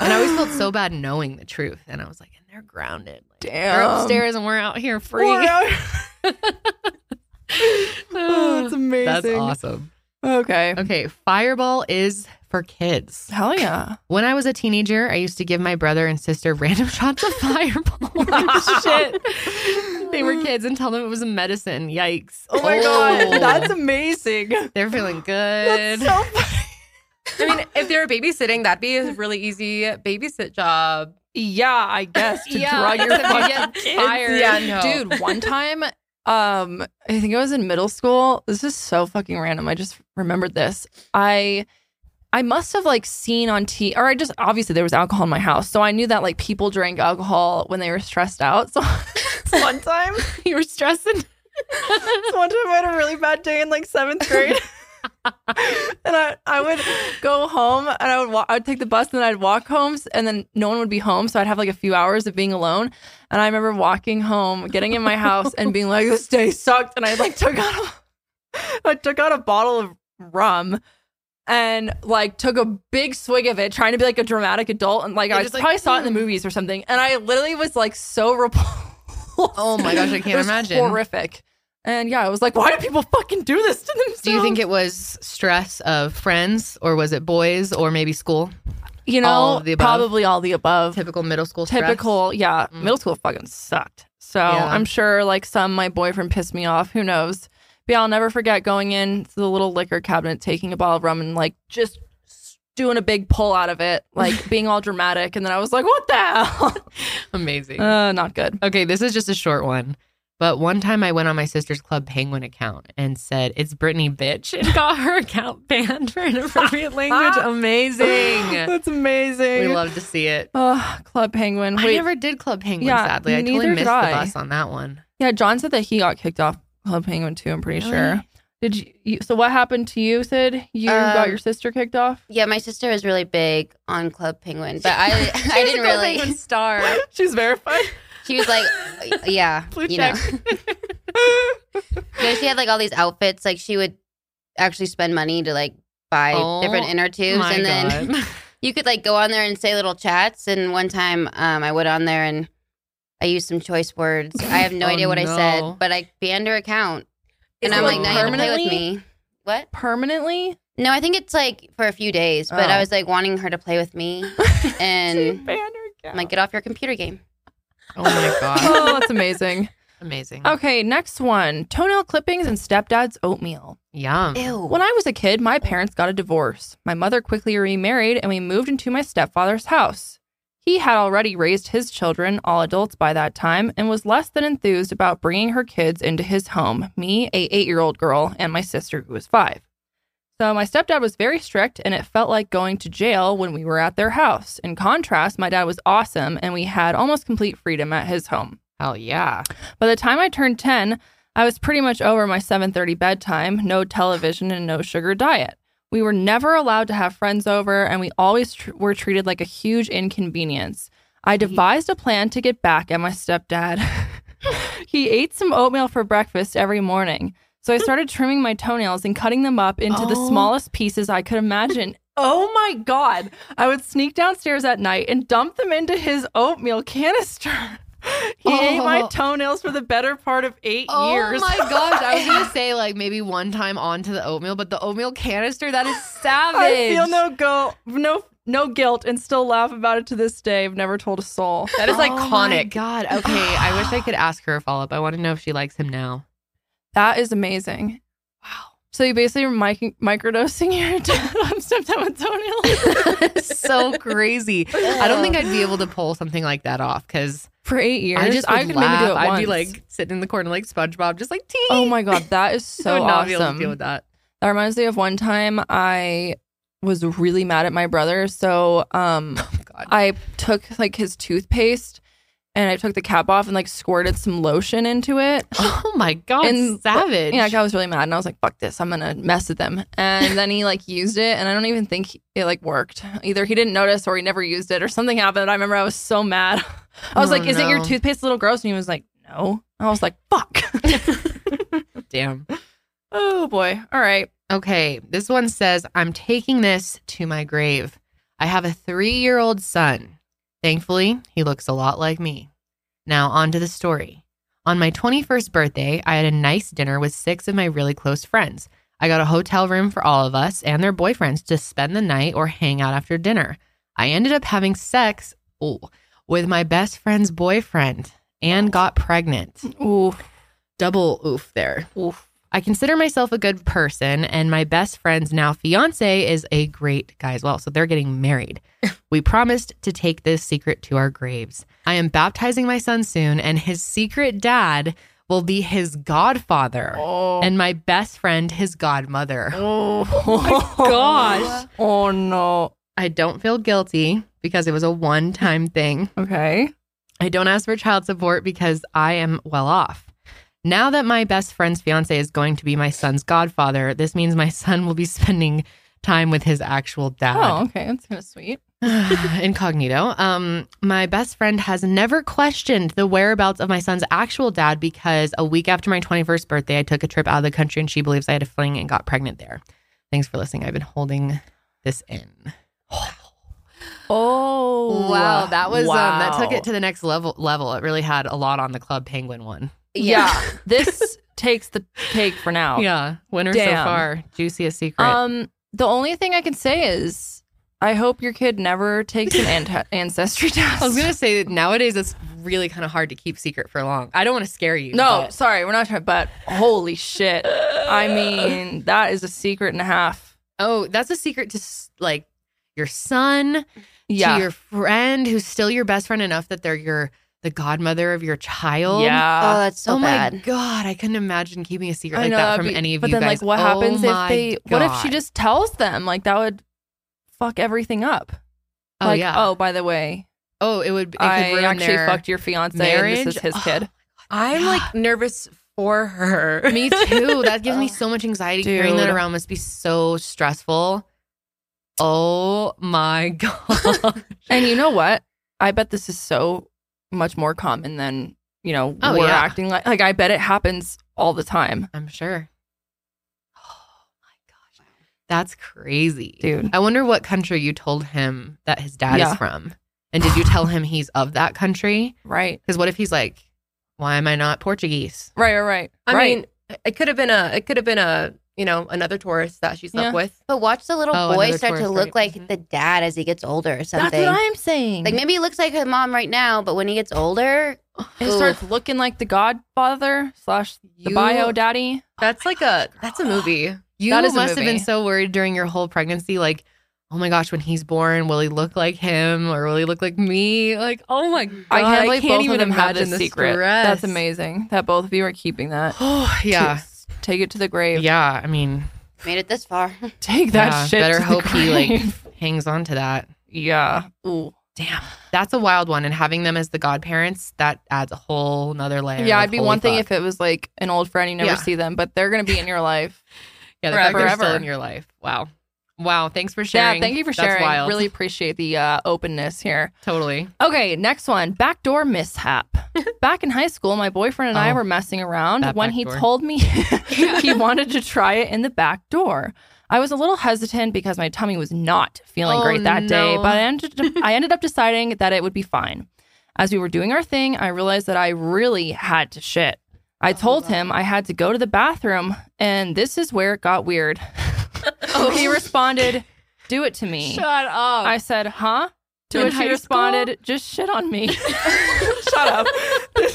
S1: And I always felt so bad knowing the truth. And I was like, and they're grounded. Like, They're
S2: Damn.
S1: upstairs and we're out here free.
S2: We're out- oh,
S1: Oh,
S2: that's amazing.
S1: That's awesome.
S2: Okay.
S1: Okay, Fireball is for kids.
S2: Hell yeah.
S1: When I was a teenager, I used to give my brother and sister random shots of fireball. Shit. They were kids and tell them it was a medicine. Yikes.
S2: Oh my god. That's
S1: Oh.
S2: amazing.
S1: They're feeling good.
S2: That's so funny.
S3: I mean, if they were babysitting, that'd be a really easy babysit job.
S2: Yeah, I guess to
S1: Yeah,
S2: drug your
S1: except you
S2: fucking
S1: get
S2: kids.
S1: fired.
S3: Yeah, no.
S2: Dude, one time um I think I was in middle school. This is so fucking random. I just remembered this. I I must have like seen on T or I just obviously there was alcohol in my house. So I knew that like people drank alcohol when they were stressed out. So one time
S1: you were stressing.
S2: So one time I had a really bad day in like seventh grade. and I, I would go home and I would wa- I would take the bus and then I'd walk home s- and then no one would be home so I'd have like a few hours of being alone and I remember walking home getting in my house and being like this day sucked and I like took out a, I took out a bottle of rum and like took a big swig of it trying to be like a dramatic adult and like
S1: You're
S2: I
S1: just
S2: probably
S1: like, "Hmm."
S2: saw it in the movies or something and I literally was like so repulsed
S1: Oh my gosh, I
S2: it
S1: can't
S2: was
S1: imagine.
S2: Horrific. And yeah, I was like, why do people fucking do this to themselves?
S1: Do you think it was stress of friends or was it boys or maybe school?
S2: you know
S1: all of the above?
S2: probably all the above?
S1: Typical middle school stress.
S2: Typical, yeah.
S1: Mm.
S2: Middle school fucking sucked. So
S1: Yeah.
S2: I'm sure like some my boyfriend pissed me off. Who knows? But yeah, I'll never forget going into the little liquor cabinet, taking a bottle of rum, and like just doing a big pull out of it, like being all dramatic. And then I was like, what the hell?
S1: Amazing.
S2: uh, not good.
S1: Okay, this is just a short one. But one time I went on my sister's Club Penguin account and said, It's Brittany, bitch, and got her account banned for inappropriate language. Amazing.
S2: That's
S1: we
S2: amazing.
S1: love to see it.
S2: Oh, Club Penguin.
S1: I
S2: Wait,
S1: never did Club Penguin,
S2: Yeah,
S1: sadly. I totally
S2: neither did
S1: missed the
S2: I.
S1: bus on that one.
S2: yeah, John said that he got kicked off Club Penguin too. I'm pretty sure. Did you, you? So what happened to you, Sid? You got
S4: Um,
S2: your sister kicked off.
S4: Yeah, my sister was really big on Club Penguin, but I I didn't really.
S1: star.
S2: She's verified.
S4: She was like, yeah,
S1: Blue
S4: you know. No, she had like all these outfits. Like she would actually spend money to like buy
S1: Oh,
S4: different inner tubes,
S1: My
S4: and then
S1: God.
S4: you could like go on there and say little chats. And one time, um, I went on there and I used some choice words. I have no
S1: Oh,
S4: idea what I
S1: no.
S4: said, but I banned her account, and
S2: Is
S4: I'm
S2: it,
S4: like,
S2: like,
S4: now you have to play with
S2: permanently?
S4: me. What?
S2: Permanently.
S4: No, I think it's like for a few days, but
S2: Oh.
S4: I was like wanting her to play with me, and I'm like, get off your computer game.
S1: oh my God.
S2: oh, that's amazing.
S1: Amazing.
S2: Okay, next one: toenail clippings and stepdad's oatmeal.
S1: Yum.
S4: Ew.
S2: When I was a kid, my parents got a divorce. My mother quickly remarried, and we moved into my stepfather's house. He had already raised his children, all adults by that time, and was less than enthused about bringing her kids into his home me, a eight year old girl, and my sister, who was five. So my stepdad was very strict, and it felt like going to jail when we were at their house. In contrast, my dad was awesome, and we had almost complete freedom at his home.
S1: Hell yeah.
S2: By the time I turned 10, I was pretty much over my 7:30 bedtime, no television and no sugar diet. We were never allowed to have friends over and we always tr- were treated like a huge inconvenience. I devised a plan to get back at my stepdad. he ate some oatmeal for breakfast every morning. So I started trimming my toenails and cutting them up into the
S1: Oh.
S2: smallest pieces I could imagine. Oh my God. I would sneak downstairs at night and dump them into his oatmeal canister. He ate my
S1: Oh.
S2: toenails for the better part of eight
S1: Oh
S2: years.
S1: my gosh. I was going to say, like, maybe one time onto the oatmeal, but the oatmeal canister, that is savage.
S2: I feel no go no no guilt and still laugh about it to this day. I've never told a soul.
S3: That is
S1: Oh my
S3: iconic.
S1: God. Okay. I wish I could ask her a follow up. I want to know if she likes him now.
S2: That is amazing. Wow. So you basically were mic- microdosing your on stepdad with toenails
S1: so crazy. I don't think I'd be able to pull something like that off because
S2: for eight years.
S1: I just would
S2: could
S1: laugh.
S2: maybe do it
S1: I'd
S2: once.
S1: be like sitting in the corner like SpongeBob, just like tea.
S2: oh my god, that is
S1: I
S2: so
S1: would not be able to
S2: awesome.
S1: deal with that.
S2: That reminds me of one time I was really mad at my brother. So um,
S1: Oh my God.
S2: I took like his toothpaste and I took the cap off and like squirted some lotion into it.
S1: Oh my God.
S2: And-
S1: savage.
S2: Yeah, like, I was really mad and I was like, fuck this, I'm gonna mess with them. And then he like used it and I don't even think he- it like worked. Either he didn't notice or he never used it or something happened. I remember I was so mad. I was
S1: Oh,
S2: like, isn't your
S1: no.
S2: toothpaste a little gross? And he was like, no. I was like, fuck.
S1: Damn.
S2: oh boy. All right.
S1: Okay. This one says, I'm taking this to my grave. I have a three year old son. Thankfully, he looks a lot like me. Now, on to the story. On my 21st birthday, I had a nice dinner with six of my really close friends. I got a hotel room for all of us and their boyfriends to spend the night or hang out after dinner. I ended up having sex ooh, with my best friend's boyfriend and got pregnant
S2: Ooh.
S1: double oof there. Oof. I consider myself a good person, and my best friend's now fiance is a great guy as well. So they're getting married. we promised to take this secret to our graves. I am baptizing my son soon, and his secret dad will be his godfather,
S2: Oh.
S1: and my best friend his godmother.
S2: oh. my
S1: gosh.
S2: Oh no.
S1: I don't feel guilty because it was a one time thing.
S2: Okay.
S1: I don't ask for child support because I am well off. Now that my best friend's fiance is going to be my son's godfather, this means my son will be spending time with his actual
S2: Oh,
S1: dad.
S2: okay. That's kind of sweet.
S1: Oh. Incognito. Um, my best friend has never questioned the whereabouts of my son's actual dad because a week after my 21st birthday, I took a trip out of the country and she believes I had a fling and got pregnant there. Thanks for listening. I've been holding this in.
S2: Oh
S1: Wow, that was um that took it to the next level level. It really had a lot on the Club Penguin one.
S2: yeah. this takes the cake for now.
S1: Yeah, winner
S2: Oh. Damn.
S1: so far. Juiciest secret.
S2: Um, the only thing I can say is, I hope your kid never takes an ant- ancestry test.
S1: I was gonna say that nowadays it's really kind of hard to keep secret for long. I don't want to scare you.
S2: no,
S1: but-
S2: sorry, we're not trying. But holy shit, I mean, that is a secret and a half.
S1: oh, that's a secret to s- like your son,
S2: Yeah,
S1: to your friend who's still your best friend enough that they're your the godmother of your child.
S4: Oh,
S2: yeah.
S4: that's so
S1: oh
S4: bad.
S1: my god, I couldn't imagine keeping a secret
S2: Uh, I
S1: like
S2: know,
S1: that
S2: that'd
S1: from
S2: be-
S1: any of
S2: but
S1: you
S2: then,
S1: guys.
S2: like, what
S1: Oh
S2: happens
S1: my
S2: if they? What if she
S1: God.
S2: just tells them? Like, that would fuck everything up.
S1: Oh
S2: like,
S1: yeah. Oh,
S2: Oh, by the way,
S1: it would. It
S2: I
S1: could ruin
S2: actually
S1: their-
S2: fucked your fiance. And this
S1: marriage.
S2: is his
S1: Oh,
S2: kid.
S3: I'm
S1: Yeah.
S3: like nervous for her.
S1: Me too. That gives me so much anxiety. Carrying that
S2: Dude.
S1: around must be so stressful. Oh my god.
S2: And you know what? I bet this is so much more common than you know
S1: Oh,
S2: we're
S1: yeah.
S2: acting like. Like I bet it happens all the time,
S1: I'm sure. Oh my gosh. That's crazy.
S2: dude.
S1: I wonder what country you told him that his dad
S2: Yeah.
S1: is from. And did you tell him he's of that country?
S2: Right,
S1: Because what if he's like, why am I not Portuguese?
S2: right, right, right.
S3: I
S2: right.
S3: mean, it could have been a, it could have been a, you know, another tourist that she slept
S2: Yeah.
S3: with.
S4: But watch the little
S1: Oh,
S4: boy
S1: another
S4: start to
S1: tourist,
S4: look
S1: right.
S4: like
S1: Mhm.
S4: the dad as he gets older or something.
S2: that's what I'm saying.
S4: like maybe he looks like her mom right now, but when he gets older,
S2: it starts looking like the Godfather slash the bio daddy.
S3: That's like a, that's a movie.
S1: You
S2: That is a
S1: must have been
S2: movie.
S1: so worried during your whole pregnancy, like, oh my gosh, when he's born, will he look like him or will he look like me? Like, oh my god,
S2: I can't believe both of them had
S1: imagine
S2: this
S1: the
S2: secret.
S1: stress.
S2: That's amazing that both of you are keeping that.
S1: Oh yeah,
S2: To- Take it to the grave.
S1: yeah. I mean,
S4: made it this far.
S2: Take that
S1: Yeah,
S2: shit.
S1: better
S2: to the
S1: hope he, like-
S2: grave.
S1: hangs on to that.
S2: Yeah. Ooh.
S1: Damn, that's a wild one. And having them as the godparents, that adds a whole nother layer.
S2: Yeah,
S1: of
S2: it'd be
S1: holy
S2: one thing
S1: fuck.
S2: if it was like an old friend you never
S1: Yeah.
S2: see them, but they're gonna be in your life.
S1: yeah, the fact
S2: forever,
S1: they're still
S2: ever.
S1: in your life. Wow, wow. Thanks for sharing.
S2: Yeah, thank you for
S1: That's
S2: sharing.
S1: wild.
S2: Really appreciate the uh, openness here.
S1: totally.
S2: Okay, next one. Backdoor mishap. Back in high school, my boyfriend and I
S1: Oh,
S2: were messing around
S1: that
S2: when
S1: back
S2: he
S1: door.
S2: told me he wanted to try it in the back door. I was a little hesitant because my tummy was not feeling
S1: Oh,
S2: great that day,
S1: no.
S2: but I ended, up, I ended up deciding that it would be fine. As we were doing our thing, I realized that I really had to shit. I
S1: Oh,
S2: told him I had to go to the bathroom, and this is where it got weird.
S1: Oh.
S2: he responded, Do it to me.
S1: up.
S2: I said, huh? To
S1: In
S2: which
S1: high
S2: he responded, just shit on me. Shut up. This,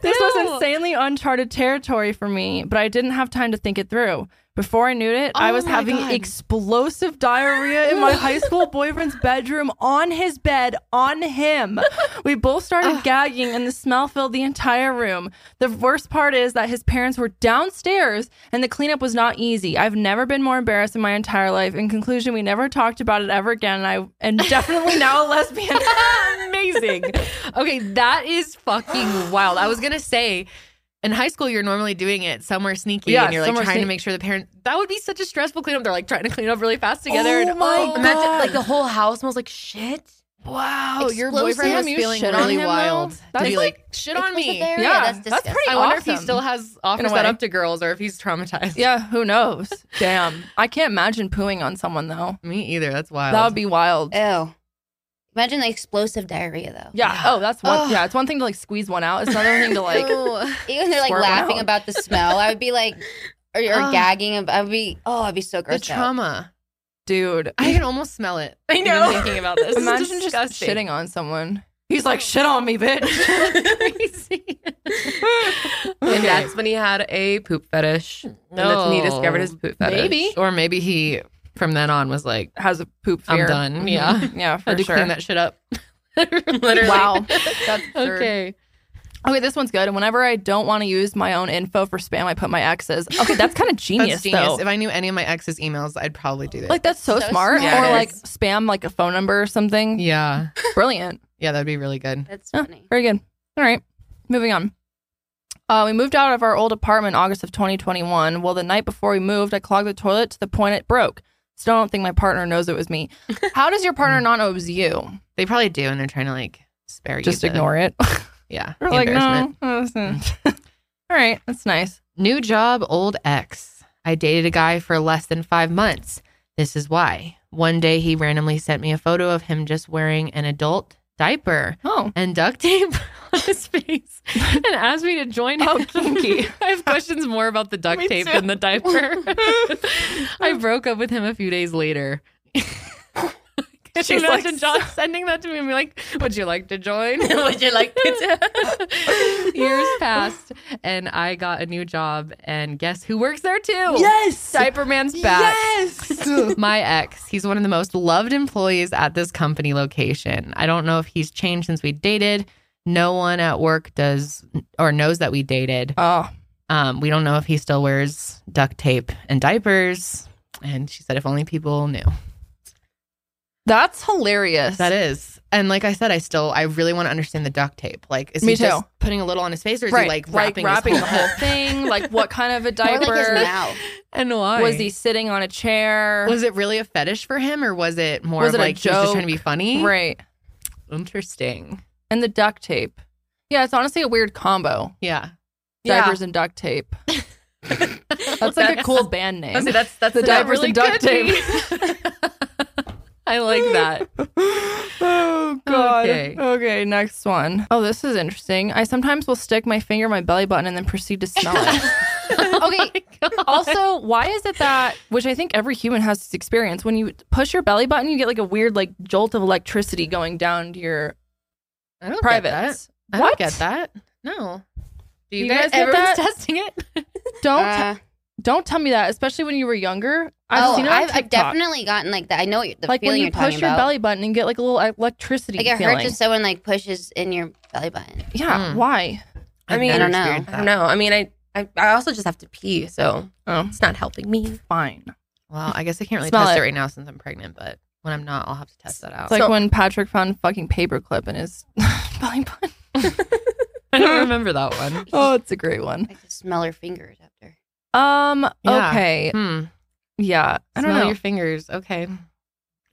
S2: this was insanely uncharted territory for me, but I didn't have time to think it through. Before I knew it, I
S1: Oh
S2: was
S1: my
S2: having
S1: God.
S2: explosive diarrhea in my high school boyfriend's bedroom on his bed, on him. We both started gagging, and the smell filled the entire room. The worst part is that his parents were downstairs, and the cleanup was not easy. I've never been more embarrassed in my entire life. In conclusion, we never talked about it ever again, and I am definitely now a lesbian.
S1: amazing. Okay, that is fucking wild. I was gonna say, in high school, you're normally doing it somewhere sneaky,
S2: Yeah,
S1: and you're like
S2: somewhere
S1: trying to
S2: sneak-
S1: make sure the parent. That would be such a stressful cleanup. They're like trying to clean up really fast together.
S2: Oh
S1: and,
S2: my
S3: Imagine
S2: God.
S3: like the whole house smells like shit.
S1: wow, your
S4: Explosive.
S1: boyfriend was
S2: You
S1: feeling
S2: shit on
S1: really
S2: him, though?
S1: wild. To
S2: That's
S1: be like, shit on
S4: Explosive
S1: me.
S4: diarrhea,
S2: Yeah,
S4: that's
S2: that's
S4: disgusting.
S2: pretty
S1: I wonder if he
S2: Awesome.
S1: still has offers
S2: In a
S1: that
S2: way.
S1: up to girls, or if he's traumatized.
S2: yeah, who knows? Damn. I can't imagine pooing on someone, though.
S1: me either. That's wild.
S2: That would be wild.
S1: Eh,
S4: Ew. Imagine the explosive diarrhea though.
S2: Yeah. Oh, that's one.
S1: Ugh.
S2: Yeah, it's one thing to like squeeze one out. It's another thing to like.
S4: Even they're like
S2: Squirt
S4: laughing
S2: out.
S4: about the smell. I would be like, or, or
S1: Ugh.
S4: gagging. ab- I would be, oh, I'd be so
S1: the
S4: grossed out.
S1: trauma.
S2: dude.
S1: I can almost smell it.
S3: I
S1: even
S3: know.
S1: Thinking about this.
S2: Imagine
S1: This is
S2: just
S1: disgusting.
S2: shitting on someone. He's like, shit on me, bitch.
S1: Crazy.
S3: And that's when he had a poop fetish. And that's when he discovered his poop fetish.
S2: Maybe.
S1: Or maybe he, from then on, was like,
S2: Has a poop
S1: I'm
S2: fear.
S1: done.
S2: Mhm.
S1: Yeah.
S2: Yeah,
S1: I
S2: for
S1: had to
S2: sure.
S1: clean that shit up.
S2: Wow. That's okay.
S1: Okay.
S2: Okay, this one's good. Whenever I don't want to use my own info for spam, I put my exes. Okay, that's kind of genius,
S1: That's genius.
S2: though.
S1: If I knew any of my ex's emails, I'd probably do that.
S2: Like that's so,
S4: So
S2: smart.
S4: smart.
S2: Or
S3: Yeah, it
S2: like
S3: is.
S2: spam like a phone number or something.
S1: yeah.
S2: Brilliant.
S1: Yeah, that'd be really good.
S4: That's
S2: Yeah.
S4: funny.
S2: Very good. All right. Moving on. Uh, we moved out of our old apartment August of 2021. Well, the night before we moved, I clogged the toilet to the point it broke. Still don't think my partner knows it was me. How does your partner not know it was you?
S1: They probably do, and they're trying to like spare you.
S2: Just
S1: the-
S2: ignore it.
S1: Yeah.
S2: We're
S1: the
S2: like,
S1: embarrassment.
S2: no. listen. All right. That's nice.
S1: New job, old ex. I dated a guy for less than five months. This is why. One day he randomly sent me a photo of him just wearing an adult diaper.
S2: Oh.
S1: and duct tape on his face and asked me to join
S2: Oh,
S1: him.
S2: kinky.
S1: I have questions more about the duct
S2: Me
S1: tape
S2: too.
S1: than the diaper. I broke up with him a few days later. Can you
S2: She's like,
S1: imagine John sending that to me and be like, Would you like to join?
S3: Would you like to?
S1: Years passed and I got a new job and guess who works there too?
S2: Yes.
S1: Diaper Man's back. My ex, he's one of the most loved employees at this company location. I don't know if he's changed since we dated. No one at work does or knows that we dated.
S2: Oh,
S1: Um, we don't know if he still wears duct tape and diapers. And she said, if only people knew.
S2: that's hilarious.
S1: That is. And like I said, I still, I really want to understand the duct tape. Like, is
S2: Me
S1: he just
S2: too.
S1: putting a little on his face or is
S2: right.
S1: he like wrapping, his
S2: the whole thing. Like what kind of a
S4: More like his
S2: diaper
S4: mouth.
S1: And why?
S2: was he sitting on a chair?
S1: Was it really a fetish for him or was it more of
S2: Was it a
S1: like he was just trying to be
S2: joke?
S1: funny?
S2: right.
S1: Interesting.
S2: And the duct tape. Yeah, it's honestly a weird combo.
S1: Yeah.
S3: Yeah.
S2: Diapers and duct tape. That's like a cool band name.
S3: I said, that's that's
S2: the
S3: that
S2: diapers
S3: really
S2: and duct
S3: could be.
S2: tape.
S1: I like that.
S2: oh god.
S1: Okay.
S2: Okay. next one. Oh, this is interesting. I sometimes will stick my finger in my belly button and then proceed to smell it. okay. Also, why is it that which I think every human has this experience when you push your belly button, you get like a weird like jolt of electricity going down to your
S1: I don't Private. Get that.
S2: privates.
S1: I
S2: What?
S1: don't get that. No. Do
S2: You
S1: you, guys,
S2: guys get
S1: everyone's
S2: that?
S1: testing it?
S2: Don't t-
S4: Uh,
S2: don't tell me that, especially when you were younger. I've
S4: oh,
S2: seen it on
S4: I've, I've
S2: TikTok.
S4: definitely gotten like that. I know what you're- the
S2: like when
S4: feeling
S2: you
S4: are
S2: push
S4: talking
S2: your
S4: about.
S2: belly button and get like a little electricity
S4: like it
S2: feeling.
S4: hurts if someone like pushes in your belly button.
S2: yeah,
S1: Mm.
S2: why?
S3: I
S1: I've
S3: mean,
S1: never
S4: I don't know.
S1: experienced
S3: I don't
S1: that.
S3: know. I mean, I, I I also just have to pee, so
S2: Oh,
S3: it's not helping me.
S2: fine.
S1: Well, I guess I can't really
S2: Smell
S1: test
S2: it.
S1: it right now since I'm pregnant, but when I'm not, I'll have to test that out.
S2: It's like
S3: So-
S2: when Patrick found a fucking paperclip in his belly button.
S1: I don't remember that one.
S2: Oh, it's a great one.
S4: I could smell her fingers after.
S2: Um.
S1: Yeah.
S2: Okay.
S1: Hmm.
S2: Yeah. I don't
S1: Smell
S2: know.
S1: your fingers. Okay.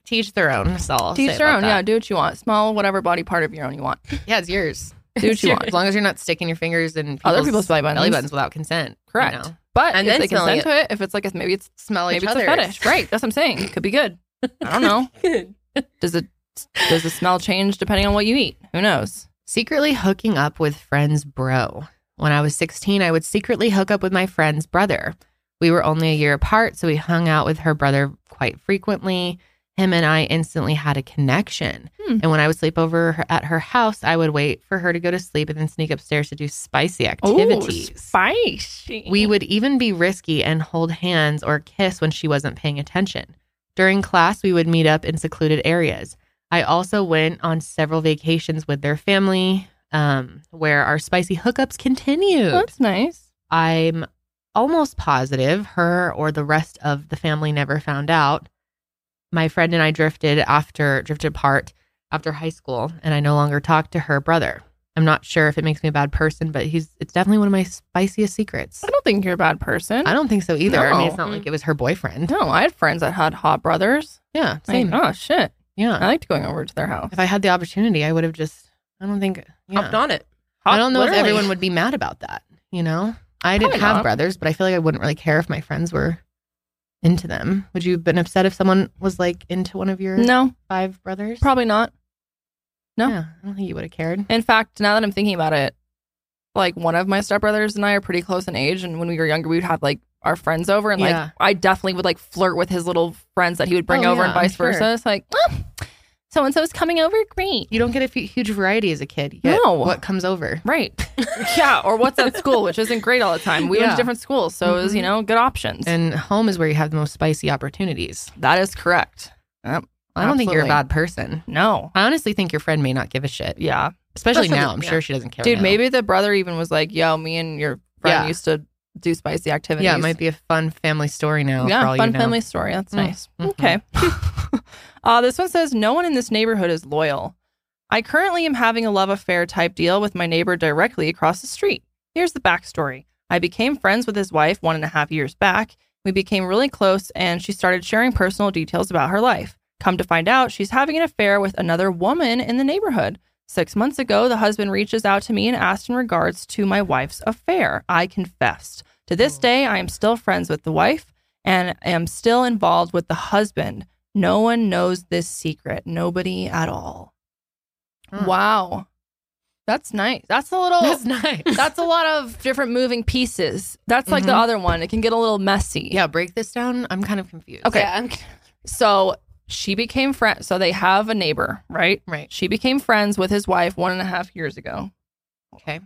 S1: Teach their own. That's all I'll say
S2: Teach your
S1: about
S2: own. Yeah.
S1: that.
S2: Do what you want. Smell whatever body part of your own you want.
S1: Yeah. it's yours.
S2: Do what
S1: It's
S2: you
S1: yours.
S2: want.
S1: As long as you're not sticking your fingers in
S2: Other people's belly buttons.
S1: belly buttons without consent. you
S2: Correct.
S1: know.
S2: But
S3: And
S2: if
S3: then
S2: they
S3: smelling
S2: consent to it, if it's like a, maybe it's
S1: Smell
S2: maybe
S1: each
S2: it's a
S1: other's.
S2: fetish, right? That's what I'm saying. It could be good. I don't know. Does it? Does the smell change depending on what you eat? Who knows?
S1: Secretly hooking up with friends, bro. When I was 16, I would secretly hook up with my friend's brother. We were only a year apart, so we hung out with her brother quite frequently. Him and I instantly had a connection.
S2: Hmm.
S1: And when I would sleep over her- at her house, I would wait for her to go to sleep and then sneak upstairs to do spicy activities.
S2: spicy.
S1: We would even be risky and hold hands or kiss when she wasn't paying attention. During class, we would meet up in secluded areas. I also went on several vacations with their family um, where our spicy hookups continued.
S2: That's nice.
S1: I'm almost positive her or the rest of the family never found out. My friend and I drifted after drifted apart after high school, and I no longer talked to her brother. I'm not sure if it makes me a bad person, but he's it's definitely one of my spiciest secrets.
S2: I don't think you're a bad person.
S1: I don't think so either. I mean, it's
S2: No.
S1: not like it was her boyfriend.
S2: No, I had friends that had hot brothers.
S1: Yeah,
S2: Like,
S1: same.
S2: oh shit. I
S1: Yeah.
S2: liked going over to their house.
S1: If I had the opportunity, I would have just. I don't think. Yeah.
S3: Hopped on it.
S1: I don't know if everyone would be mad about that. You know, I didn't
S2: Probably
S1: have
S2: not.
S1: brothers, but I feel like I wouldn't really care if my friends were into them. Would you have been upset if someone was like into one of your
S2: No,
S1: five brothers?
S2: probably not. no.
S1: Yeah, I don't think you would have cared.
S2: In fact, now that I'm thinking about it, like one of my stepbrothers and I are pretty close in age, and when we were younger, we would have like our friends over, and like
S1: Yeah.
S2: I definitely would like flirt with his little friends that he would bring
S1: Oh,
S2: over,
S1: yeah,
S2: and vice
S1: I'm sure.
S2: versa. It's like, so and so is coming over, great,
S1: You don't get a fu- huge variety as a kid. You get
S2: No.
S1: what comes over?
S2: right? yeah, or what's at school, which isn't great all the time. We went
S1: Yeah. Mm-hmm.
S2: to different schools, so it was you know good options.
S1: And home is where you have the most spicy opportunities.
S2: that is correct. Yep.
S1: I don't think you're a
S2: Absolutely.
S1: bad person.
S2: No.
S1: I honestly think your friend may not give a shit,
S2: Yeah.
S1: especially,
S3: Especially-
S1: now. I'm
S3: yeah.
S1: sure she doesn't care.
S2: Dude,
S1: now.
S2: maybe the brother even was like, "Yo, me and your friend
S1: Yeah.
S2: used to do spicy activities."
S1: Yeah, it might be a fun family story now.
S2: yeah,
S1: for all you
S2: fun
S1: know.
S2: family story. That's
S1: Mm.
S2: nice.
S1: Mhm.
S2: Okay. uh, this one says, "No one in this neighborhood is loyal. I currently am having a love affair type deal with my neighbor directly across the street. Here's the backstory: I became friends with his wife one and a half years back. We became really close, and she started sharing personal details about her life. Come to find out, she's having an affair with another woman in the neighborhood. Six months ago, the husband reaches out to me and asks in regards to my wife's affair. I confessed. To
S1: Oh.
S2: this day, I am still friends with the wife and am still involved with the husband. No one knows this secret. Nobody at all.
S1: Hmm.
S2: Wow. That's nice. That's a little
S1: That's nice.
S2: that's a lot of different moving pieces. That's like the
S1: Mhm.
S2: other one. It can get a little messy.
S1: yeah, break this down. I'm kind of confused.
S2: Okay.
S4: Yeah, I'm-
S2: So she became friend. So they have a neighbor, right?
S1: Right.
S2: She became friends with his wife one and a half years ago.
S1: Okay.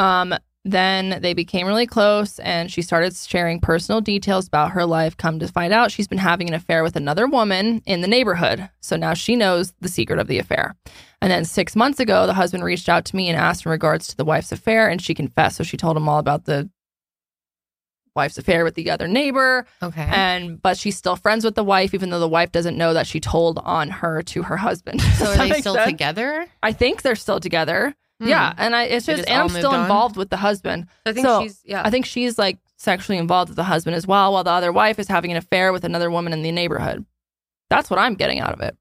S2: Um, Then they became really close and she started sharing personal details about her life. Come to find out, she's been having an affair with another woman in the neighborhood. So now she knows the secret of the affair. And then six months ago, the husband reached out to me and asked in regards to the wife's affair, and she confessed. So she told him all about the wife's affair with the other neighbor
S1: Okay.
S2: and but she's still friends with the wife even though the wife doesn't know that she told on her to her husband
S1: so
S2: Does that
S1: are they
S2: make
S1: still
S2: sense?
S1: together? Hmm.
S2: i think they're still together yeah and i it's
S1: They just
S2: just, and
S1: all
S2: i'm
S1: moved
S2: still
S1: on?
S2: involved with the husband
S3: I think
S2: So,
S3: she's yeah.
S2: i think she's like sexually involved with the husband as well while the other wife is having an affair with another woman in the neighborhood that's what i'm getting out of it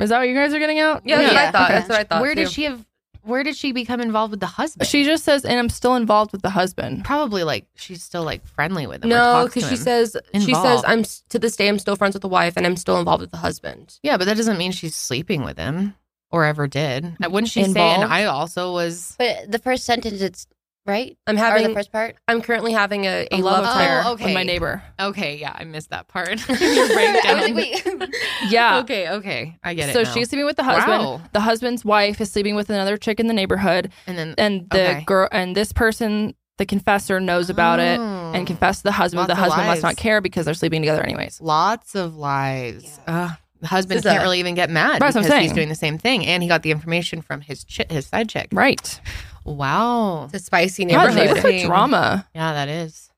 S2: is that what you guys are getting out
S3: yeah, that's
S4: Yeah.
S3: what I thought.
S4: Okay.
S3: That's what I thought.
S1: Where
S3: too.
S1: did she have? Where did she become involved with the husband?
S2: she just says and i'm still involved with the husband
S1: probably like she's still like friendly with him. or
S3: No,
S1: talks to
S3: because she
S1: him.
S3: says she says
S1: Involved.
S3: I'm s- to this day I'm still friends with the wife and I'm still involved with the husband.
S1: yeah, but that doesn't mean she's sleeping with him or ever did. Uh, Wouldn't she say? And
S2: Involved?
S1: I also was.
S4: But the first sentence, it's right.
S3: I'm
S4: Or
S3: having
S4: the first part.
S3: I'm currently having a, a,
S2: a love affair
S1: Oh,
S2: with
S1: okay.
S2: my neighbor
S1: Okay, yeah, I missed that part.
S4: I was like,
S1: Breakdown.
S4: wait.
S2: yeah
S1: Okay, okay, I get it.
S2: so
S1: now.
S2: she's sleeping with the husband
S1: Wow.
S2: the husband's wife is sleeping with another chick in the neighborhood
S1: and then
S2: and the
S1: Okay.
S2: girl and this person the confessor knows about it
S1: Mm.
S2: and confessed to the husband but the
S1: Oh. Lots of
S2: husband must
S1: lies.
S2: not care because they're sleeping together anyways
S1: Lots of lies. Ugh, the husband
S3: This is
S1: can't
S3: a-
S1: really even get mad
S2: That's what I'm
S1: because he's
S2: saying.
S1: doing the same thing, and he got the information from his chi- his side chick.
S2: right
S1: Wow.
S3: It's a spicy
S2: God,
S3: neighborhood.
S2: neighborhood
S1: Interesting.
S2: drama
S1: Yeah, that is.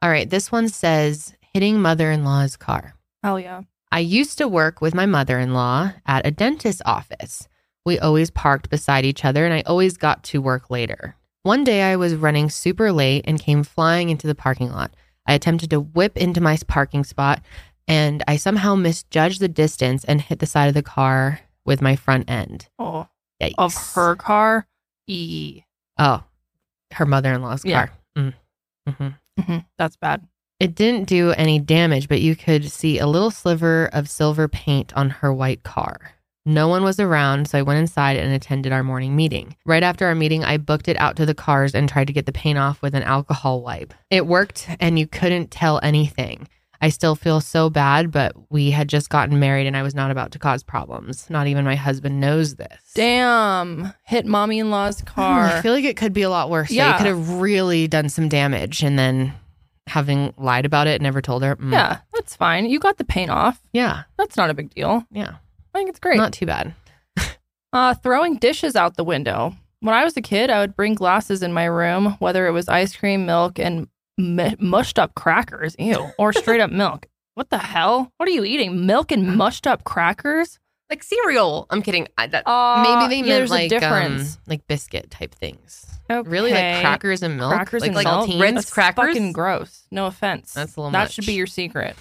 S1: All right. This one says hitting mother in law's car.
S2: hell yeah
S1: I used to work with my mother in law at a dentist's office. We always parked beside each other and I always got to work later. One day I was running super late and came flying into the parking lot. I attempted to whip into my parking spot and I somehow misjudged the distance and hit the side of the car with my front end.
S2: oh
S1: Yikes.
S2: of her car e
S1: Oh, her mother in law's
S2: Yeah.
S1: car. Mm. hmm
S2: Mm-hmm. that's bad
S1: It didn't do any damage, but you could see a little sliver of silver paint on her white car. No one was around, so I went inside and attended our morning meeting. Right after our meeting, I booked it out to the cars and tried to get the paint off with an alcohol wipe. It worked, and you couldn't tell anything. I still feel so bad, but we had just gotten married and I was not about to cause problems. Not even my husband knows this.
S2: damn hit mommy-in-law's
S1: I
S2: car
S1: feel Hmm. like it could be a lot worse. Yeah.
S2: Yeah.
S1: You could have really done some damage and then having lied about it, never told her. mm,
S2: yeah that's fine you got the paint off
S1: Yeah.
S2: that's not a big deal
S1: Yeah.
S2: i think it's great
S1: Not too bad.
S2: Uh, throwing dishes out the window. When I was a kid, I would bring glasses in my room, whether it was ice cream, milk, and m- mushed up crackers, ew, or straight up milk. What the hell? What are you eating? Milk and mushed up crackers?
S3: like cereal. I'm kidding. I, that,
S2: Uh,
S1: Maybe they
S2: yeah,
S1: meant
S2: there's
S1: like
S2: a difference.
S1: Um, like biscuit type things. Really like
S2: Okay.
S1: crackers and milk.
S2: Crackers
S1: like
S2: and
S1: saltines?
S2: milk.
S3: Rinse
S2: That's
S3: crackers?
S2: fucking gross. No offense.
S1: That's a little
S2: That
S1: much.
S2: should be your secret.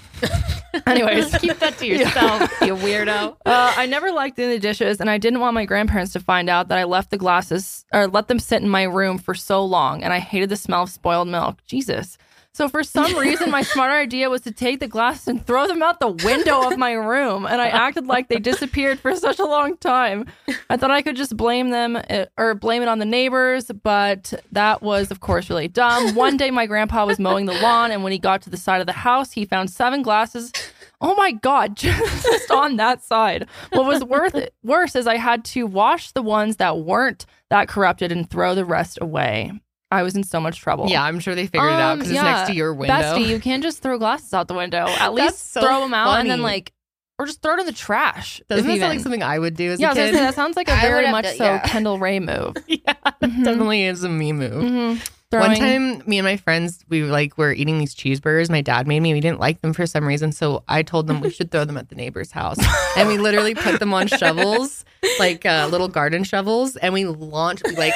S2: Anyways,
S1: keep that to
S2: Yeah.
S1: yourself, you weirdo.
S2: Uh, I never liked doing the dishes, and I didn't want my grandparents to find out that I left the glasses or let them sit in my room for so long, and I hated the smell of spoiled milk. Jesus. So for some reason, my smarter idea was to take the glasses and throw them out the window of my room, and I acted like they disappeared for such a long time. I thought I could just blame them eh, or blame it on the neighbors, but that was, of course, really dumb. One day, my grandpa was mowing the lawn, and when he got to the side of the house, he found seven glasses. Oh my god, just on that side. What was worth worse is I had to wash the ones that weren't that corrupted and throw the rest away. I was in so much trouble.
S1: Yeah, I'm sure they figured it out
S2: Um,
S1: because
S2: yeah.
S1: it's next to your window.
S2: Bestie, you can't just throw glasses out the window. At
S1: That's
S2: least
S1: so
S2: throw them out and then
S1: funny.
S2: like, or just throw it in the trash.
S1: Doesn't that
S2: Even.
S1: sound like something I would do as
S2: yeah,
S1: a
S2: I was gonna
S1: kid?
S2: say, that sounds like a
S4: I would
S2: very
S4: have
S2: much
S4: done-
S2: so
S4: yeah.
S2: Kendall Ray move.
S1: yeah,
S2: Mhm.
S1: definitely is a me move.
S2: Mhm.
S1: One
S2: Throwing-
S1: time, me and my friends, we like were eating these cheeseburgers. My dad made me. We didn't like them for some reason, so I told them we should throw them at the neighbor's house. And we literally put them on shovels, like uh, little garden shovels, and we launched, we, like,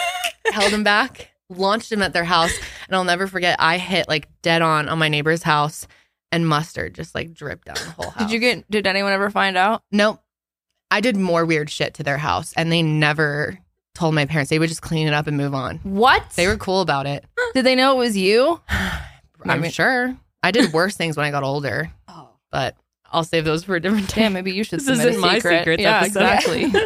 S1: held them back, launched them at their house. And I'll never forget, I hit like dead on on my neighbor's house, and mustard just like dripped down the whole house.
S2: Did you get? Did anyone ever find out?
S1: Nope. I did more weird shit to their house, and they never told my parents. They would just clean it up and move on.
S2: What?
S1: They were cool about it.
S2: did they know it was you?
S1: I'm
S2: Maybe-
S1: sure. I did worse things when I got older,
S4: Oh.
S1: but I'll save those for a different
S2: Yeah,
S1: time.
S2: maybe you should
S1: This
S2: submit
S1: isn't
S2: a
S1: my
S2: secret.
S1: secrets
S2: yeah,
S1: episode.
S2: exactly.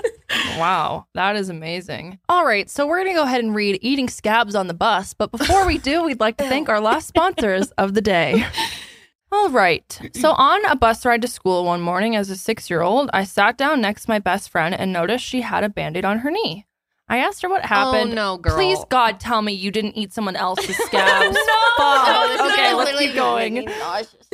S2: wow, that is amazing. All right, so we're gonna go ahead and read "Eating Scabs on the Bus," but before we do, we'd like to thank our last sponsors of the day. All right. So on a bus ride to school one morning as a six year old, I sat down next to my best friend and noticed she had a band aid on her knee. I asked her what
S1: Oh
S2: happened.
S1: no, girl.
S2: Please, God, tell me you didn't eat someone else's scabs.
S4: Oh,
S2: Fuck.
S4: this is
S2: okay, let's
S4: literally
S2: keep
S4: making me
S2: going.
S4: nauseous.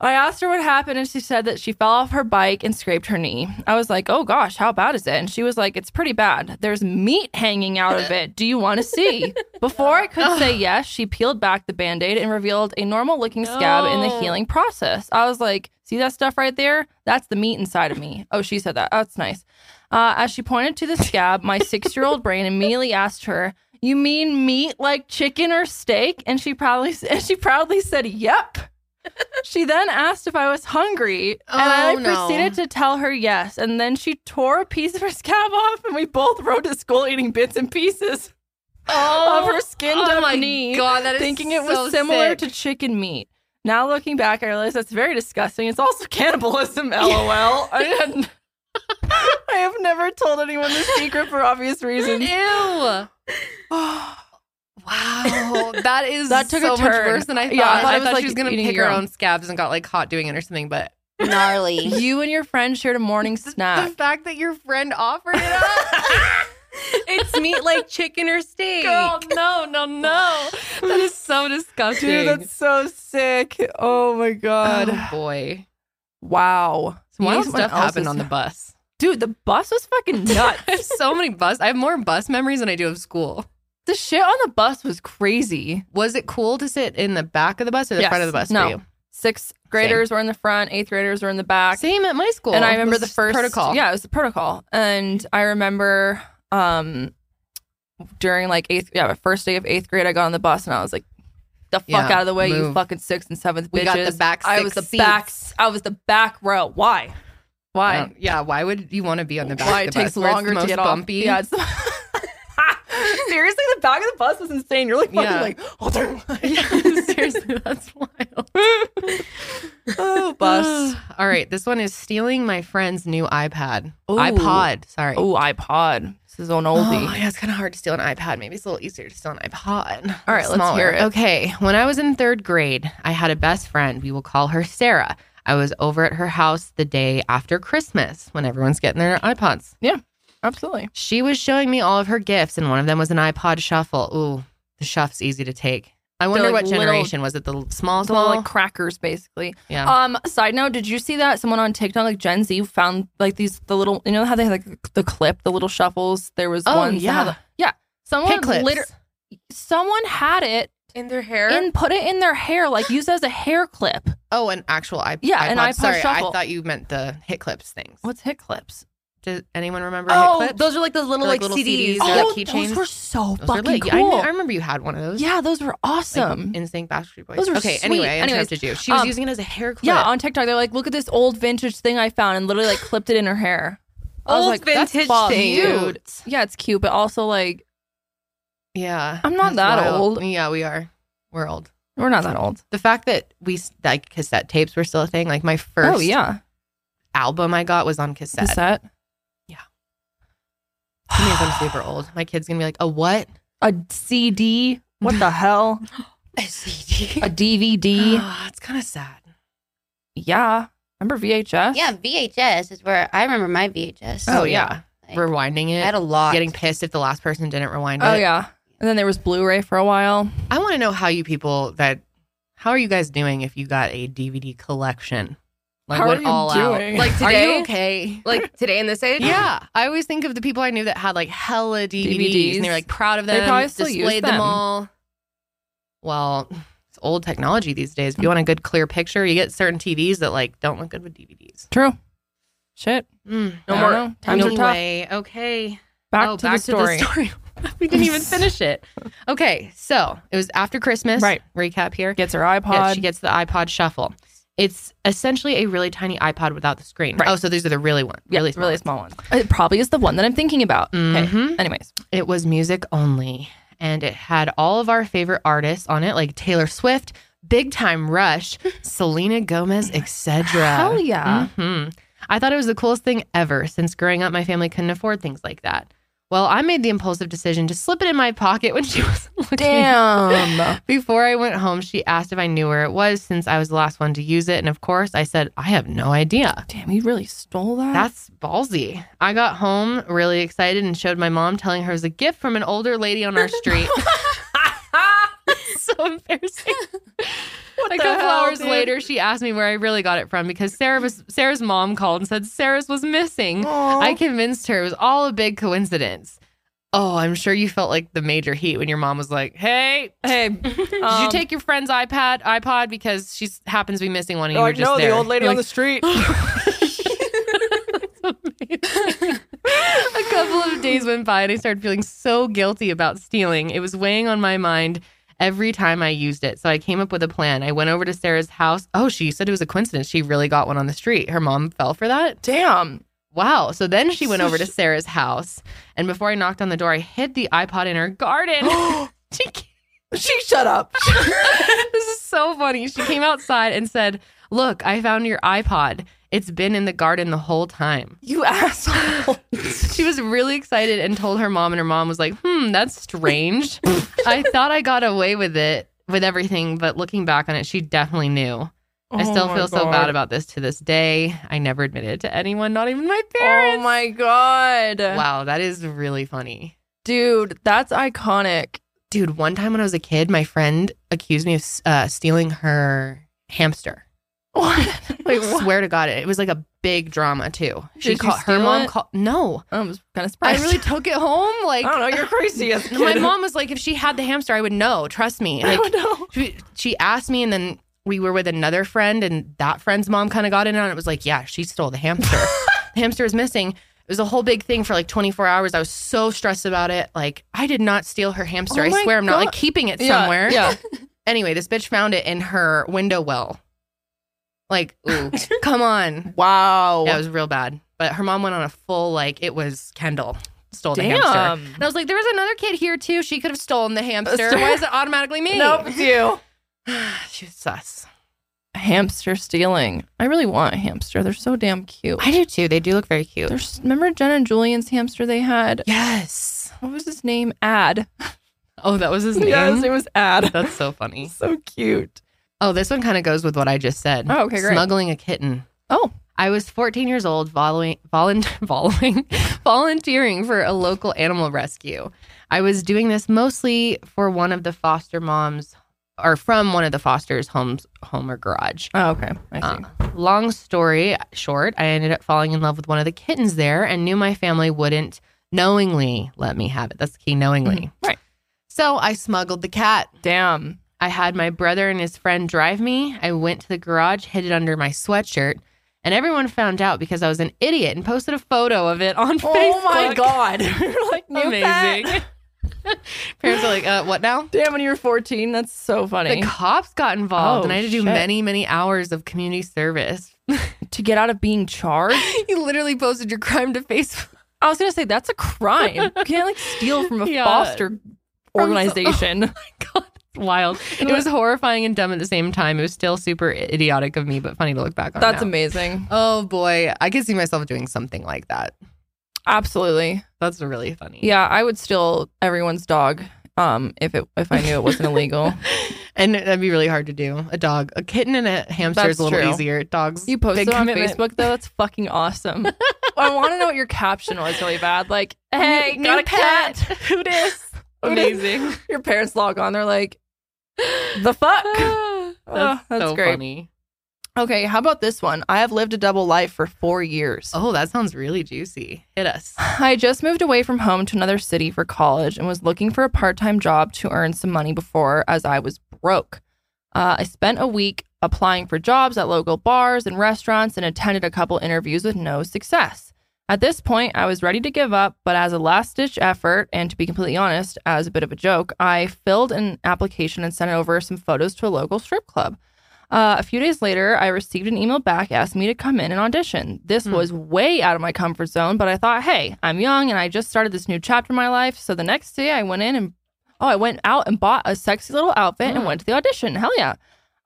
S2: I asked her what happened, and she said that she fell off her bike and scraped her knee. I was like, "Oh gosh, how bad is it?" And she was like, "It's pretty bad. There's meat hanging out of it. Do you want to see?" Before I could say yes, she peeled back the band-aid and revealed a normal-looking scab in the
S1: No.
S2: healing process. I was like, "See that stuff right there? That's the meat inside of me." Oh, she said that. That's nice. Uh, as she pointed to the scab, my six-year-old brain immediately asked her. You mean meat like chicken or steak? And she proudly and she proudly said, "Yep." She then asked if I was hungry, and I
S1: Oh, no.
S2: proceeded to tell her yes. And then she tore a piece of her scab off, and we both rode to school eating bits and pieces
S1: Oh,
S2: of her skinned
S1: oh
S2: up
S1: my
S2: knee,
S1: God, that is
S2: thinking it was
S1: so
S2: similar
S1: sick.
S2: to chicken meat. Now looking back, I realize that's very disgusting. It's also cannibalism. LOL. I, had, I have never told anyone this secret for obvious reasons.
S1: Ew. Wow, that is
S2: That took a
S1: so much
S2: turn.
S1: worse than I thought.
S2: Yeah, I
S1: I
S2: thought
S1: thought,
S2: it was like
S1: she was gonna
S2: eating
S1: pick
S2: your
S1: her
S2: own-
S1: own scabs and got like caught doing it or something. But
S4: Gnarly.
S2: you and your friend shared a morning snack.
S1: the fact that your friend offered it up, it's meat like chicken or steak.
S2: Girl,
S1: no, no, no. That is so disgusting.
S2: Dude, that's so sick. Oh my god.
S1: oh boy.
S2: Wow.
S1: Some wild
S2: Someone
S1: stuff
S2: else
S1: happened
S2: is-
S1: on the bus.
S2: Dude, the bus was fucking nuts.
S1: I have so many bus. I have more bus memories than I do of school.
S2: the shit on the bus was crazy.
S1: Was it cool to sit in the back of the bus or the
S2: Yes.
S1: front of the bus
S2: No.
S1: for you?
S2: Sixth graders were in the front, eighth graders were in the back.
S1: Same at my school.
S2: And I remember
S1: It was
S2: the
S1: just
S2: first
S1: protocol.
S2: Yeah, it was the protocol. And I remember um during like eighth yeah, my first day of eighth grade I got on the bus and I was like, the fuck
S1: Yeah,
S2: out of the way, you
S1: move.
S2: fucking sixth and seventh bitches.
S1: We got the back
S2: I was
S1: six
S2: the
S1: seats.
S2: back I was the back row. Why? Why?
S1: I don't- yeah. Why would you want to be on the back?
S2: why
S1: of
S2: it
S1: the bus
S2: takes
S1: where it's
S2: longer
S1: the most
S2: to get
S1: bumpy?
S2: off. Yeah, it's seriously, the back of the bus was insane. You're like fucking
S1: Yeah.
S2: like, oh, they're-
S1: Yeah, seriously, that's wild.
S2: oh, bus.
S1: All right, this one is stealing my friend's new iPad.
S2: Ooh.
S1: iPod, sorry.
S2: oh, iPod. This is an oldie.
S1: Oh, yeah, it's kind of hard to steal an iPad. Maybe it's a little easier to steal an iPod.
S2: All right, let's hear it.
S1: Okay, when I was in third grade, I had a best friend. We will call her Sarah. I was over at her house the day after Christmas when everyone's getting their iPods.
S2: Absolutely.
S1: She was showing me all of her gifts, and one of them was an iPod Shuffle. Ooh, the shuff's easy to take. I wonder
S2: like,
S1: what
S2: little-
S1: generation was it? The l- small,
S2: It's all
S1: small,
S2: like crackers, basically.
S1: yeah.
S2: Um, side note, did you see that someone on TikTok, like Gen Z, found like these the little, you know how they had like the clip, the little shuffles. There was
S1: Oh,
S2: one.
S1: yeah.
S2: yeah.
S1: Hey,
S2: Someone
S1: clips.
S2: liter- someone had it
S1: in their hair.
S2: and put it in their hair, like used as a hair clip.
S1: oh, an actual iPod.
S2: Yeah, an iPod
S1: Sorry,
S2: Shuffle.
S1: I thought you meant the hit clips things.
S2: What's hit clips?
S1: Does anyone remember
S2: Oh,
S1: hit clips?
S4: those are like those little
S1: They're like
S4: like,
S1: little
S4: CDs.
S1: CDs. They're like
S2: Oh,
S1: keychains.
S2: those were so
S1: Those are
S2: fucking
S1: lit. I kn-
S2: cool.
S1: I, remember you had one of those.
S2: yeah, those were
S1: Like
S2: awesome.
S1: Instinct Backstreet Boys.
S2: Those were
S1: okay,
S2: sweet.
S1: anyway, I
S2: Anyways,
S1: interrupted you. She was
S2: um,
S1: using it as a hair clip.
S2: yeah, on TikTok, they're like, look at this old vintage thing I found and literally like clipped it in her hair. I was
S4: Old
S2: like, that's
S4: vintage
S2: fucked,
S4: thing.
S2: dude. Yeah, it's cute, but also like,
S1: yeah.
S2: I'm not
S1: That's
S2: that
S1: wild.
S2: old.
S1: Yeah, we are. We're old.
S2: we're not that old.
S1: The fact that we s- like cassette tapes were still a thing. Like my first
S2: Oh, yeah.
S1: album I got was on cassette.
S2: Cassette.
S1: That means I'm super old. My kid's gonna be like, a what?
S2: A CD. What the hell?
S1: A CD.
S2: A DVD.
S1: oh, it's kind of sad.
S2: yeah. Remember VHS?
S4: Yeah, VHS is where I remember my VHS.
S2: Oh, yeah.
S4: Like,
S1: Rewinding
S4: I
S1: it.
S4: had a lot.
S1: Getting pissed if the last person didn't rewind
S2: Oh,
S1: it.
S2: yeah. And then there was Blu ray for a while.
S1: I want to know how you people that how are you guys doing if you got a DVD collection?
S2: How
S1: went
S2: are you doing?
S1: Like
S2: Are
S1: today?
S2: you
S1: okay?
S3: Like today in this age?
S1: Yeah, I always think of the people I knew that had like hella DVDs, and they
S2: DVDs.
S1: were like proud of
S2: They
S1: them.
S2: probably still use
S1: displayed them
S2: them.
S1: all. Well, it's old technology these days. If you want a good clear picture, you get certain TVs that like don't look good with DVDs.
S2: True. Shit.
S1: Mm.
S2: No
S1: I
S2: more.
S1: don't know.
S2: Times are tough.
S1: anyway, okay.
S2: Back,
S1: oh,
S2: to,
S1: back
S2: the story.
S1: to the story. we didn't even finish it. Okay, so it was after Christmas.
S2: Right.
S1: Recap here.
S2: Gets her iPod.
S1: Yeah, she gets the iPod Shuffle. It's essentially a really tiny iPod without the screen.
S2: Right.
S1: Oh, so these are the really one,
S2: Yeah,
S1: really, small
S2: really
S1: ones.
S2: small one. It probably is the one that I'm thinking about. Okay.
S1: Mhm.
S2: Anyways.
S1: It was music only, and it had all of our favorite artists on it, like Taylor Swift, Big Time Rush, Selena Gomez, Mm-hmm. etc.
S2: Hell yeah.
S1: Mhm. I thought it was the coolest thing ever. Since growing up, my family couldn't afford things like that. Well, I made the impulsive decision to slip it in my pocket when she was looking.
S2: Damn.
S1: Before I went home, she asked if I knew where it was since I was the last one to use it. And of course, I said, I have no idea.
S2: Damn, you really stole that?
S1: That's ballsy. I got home really excited and showed my mom, telling her it was a gift from an older lady on our street. so embarrassing.
S2: what
S1: Like a
S2: the
S1: couple
S2: hell,
S1: hours
S2: dude?
S1: later, she asked me where I really got it from because Sarah was Sarah's mom called and said Sarah's was missing.
S2: Aw.
S1: I convinced her it was all a big coincidence. Oh, I'm sure you felt like the major heat when your mom was like, "Hey, um,
S2: hey,
S1: did you take your friend's iPad iPod because she happens to be missing one and you were just
S2: no,
S1: there?"
S2: Oh, the old lady
S1: You're
S2: on the street.
S1: a couple of days went by and I started feeling so guilty about stealing. It was weighing on my mind every time I used it. So I came up with a plan. I went over to Sarah's house. Oh, she said it was a coincidence. She really got one on the street. Her mom fell for that.
S2: Damn.
S1: Wow. So then she went
S2: So
S1: over to
S2: she-
S1: Sarah's house. And before I knocked on the door, I hid the iPod in her garden. she came-
S2: she shut up.
S1: this is so funny. She came outside and said, Look, I found your iPod. It's been in the garden the whole time.
S2: you asshole.
S1: She was really excited and told her mom, and her mom was like, hmm, that's strange. I thought I got away with it, with everything, but looking back on it, she definitely knew. I
S2: Oh
S1: still feel so bad about this to this day. I never admitted it to anyone, not even my
S2: Oh
S1: parents.
S2: my god.
S1: Wow, that is really funny.
S2: Dude, that's iconic.
S1: Dude, one time when I was a kid, my friend accused me of uh, stealing her hamster.
S2: What? Wait,
S1: I
S2: what?
S1: swear to God, it it was like a big drama too. She
S2: Did you
S1: caught her
S2: steal
S1: mom.
S2: it?
S1: Call- no,
S2: I was kind of
S1: I
S2: surprised.
S1: really took it home. Like
S2: I don't know. You're crazy. As a kid.
S1: my mom was like, if she had the hamster, I would know. Trust me. Like
S2: I don't know.
S1: she, she asked me, and then we were with another friend, and that friend's mom kind of got in on it. It Was like, yeah, she stole the hamster. the hamster is missing. It was a whole big thing for like 24 hours. I was so stressed about it. Like I did not steal her hamster.
S2: Oh
S1: I
S2: my
S1: swear, I'm not like
S2: God.
S1: keeping it
S2: Yeah,
S1: somewhere.
S2: Yeah.
S1: Anyway, this bitch found it in her window well. Like, ooh, come on.
S2: Wow.
S1: Yeah, it was real bad. But her mom went on a full like it was Kendall stole the hamster.
S2: Damn.
S1: And I was like, there was another kid here too. She could have stolen the hamster.
S2: Sure.
S1: Why is it automatically me?
S2: Nope, it's you.
S1: she was sus.
S2: Hamster stealing. I really want a hamster. They're so damn cute.
S1: I do too. They do look very cute.
S2: There's remember Jen and Julian's hamster they had.
S1: Yes.
S2: What was his name? Ad.
S1: Oh, that was his name.
S2: Yeah, his name was Ad.
S1: That's so funny.
S2: so cute.
S1: Oh, this one kind of goes with what I just said.
S2: Oh, okay, great.
S1: Smuggling a kitten.
S2: Oh.
S1: I was 14 years old, following, volun- following, volunteering for a local animal rescue. I was doing this mostly for one of the foster moms, or from one of the fosters' homes, home or garage.
S2: Oh, okay. I see.
S1: Uh, long story short, I ended up falling in love with one of the kittens there and knew my family wouldn't knowingly let me have it. That's the key, knowingly.
S2: Right.
S1: So I smuggled the cat.
S2: Damn.
S1: I had my brother and his friend drive me. I went to the garage, hid it under my sweatshirt, and everyone found out because I was an idiot and posted a photo of it on Facebook.
S2: Oh god. You're like new pet.
S1: Amazing. Parents are like, uh, what now?
S2: Damn, when you were 14, that's so funny.
S1: The cops got involved,
S2: Oh,
S1: and I had to do
S2: shit.
S1: many, many hours of community service.
S2: to get out of being charged.
S1: you literally posted your crime to Facebook.
S2: I was gonna say that's a crime. You can't like steal from a
S1: Yeah.
S2: foster organization.
S1: God, it's wild. It was horrifying and dumb at the same time. It was still super idiotic of me, but funny to look back on.
S2: that's
S1: now.
S2: amazing.
S1: Oh boy, I could see myself doing something like that.
S2: Absolutely.
S1: That's really funny.
S2: Yeah, I would steal everyone's dog. Um, if it if I knew it wasn't illegal,
S1: And that'd be really hard to do. A dog, a kitten, and a hamster
S2: That's
S1: is a little
S2: true.
S1: easier. Dogs.
S2: you posted
S1: big
S2: on
S1: commitment.
S2: Facebook though. That's fucking awesome. I want to know what your caption was really bad. Like, hey,
S1: New-
S2: got
S1: new
S2: a cat.
S1: Who dis? Amazing.
S2: Your parents log on. They're like, the fuck.
S1: that's
S2: Oh, that's
S1: so
S2: great.
S1: funny.
S2: Okay, how about this one? I have lived a double life for four years.
S1: Oh, that sounds really juicy. Hit us.
S2: I just moved away from home to another city for college and was looking for a part time job to earn some money before, as I was broke. Uh, I spent a week applying for jobs at local bars and restaurants and attended a couple interviews with no success. At this point, I was ready to give up, but as a last ditch effort, and to be completely honest, as a bit of a joke, I filled an application and sent over some photos to a local strip club. Uh, a few days later, I received an email back asking me to come in and audition. This
S1: Hmm.
S2: was way out of my comfort zone, but I thought, hey, I'm young and I just started this new chapter in my life. So the next day, I went in and oh, I went out and bought a sexy little outfit and
S1: Hmm.
S2: went to the audition. Hell yeah.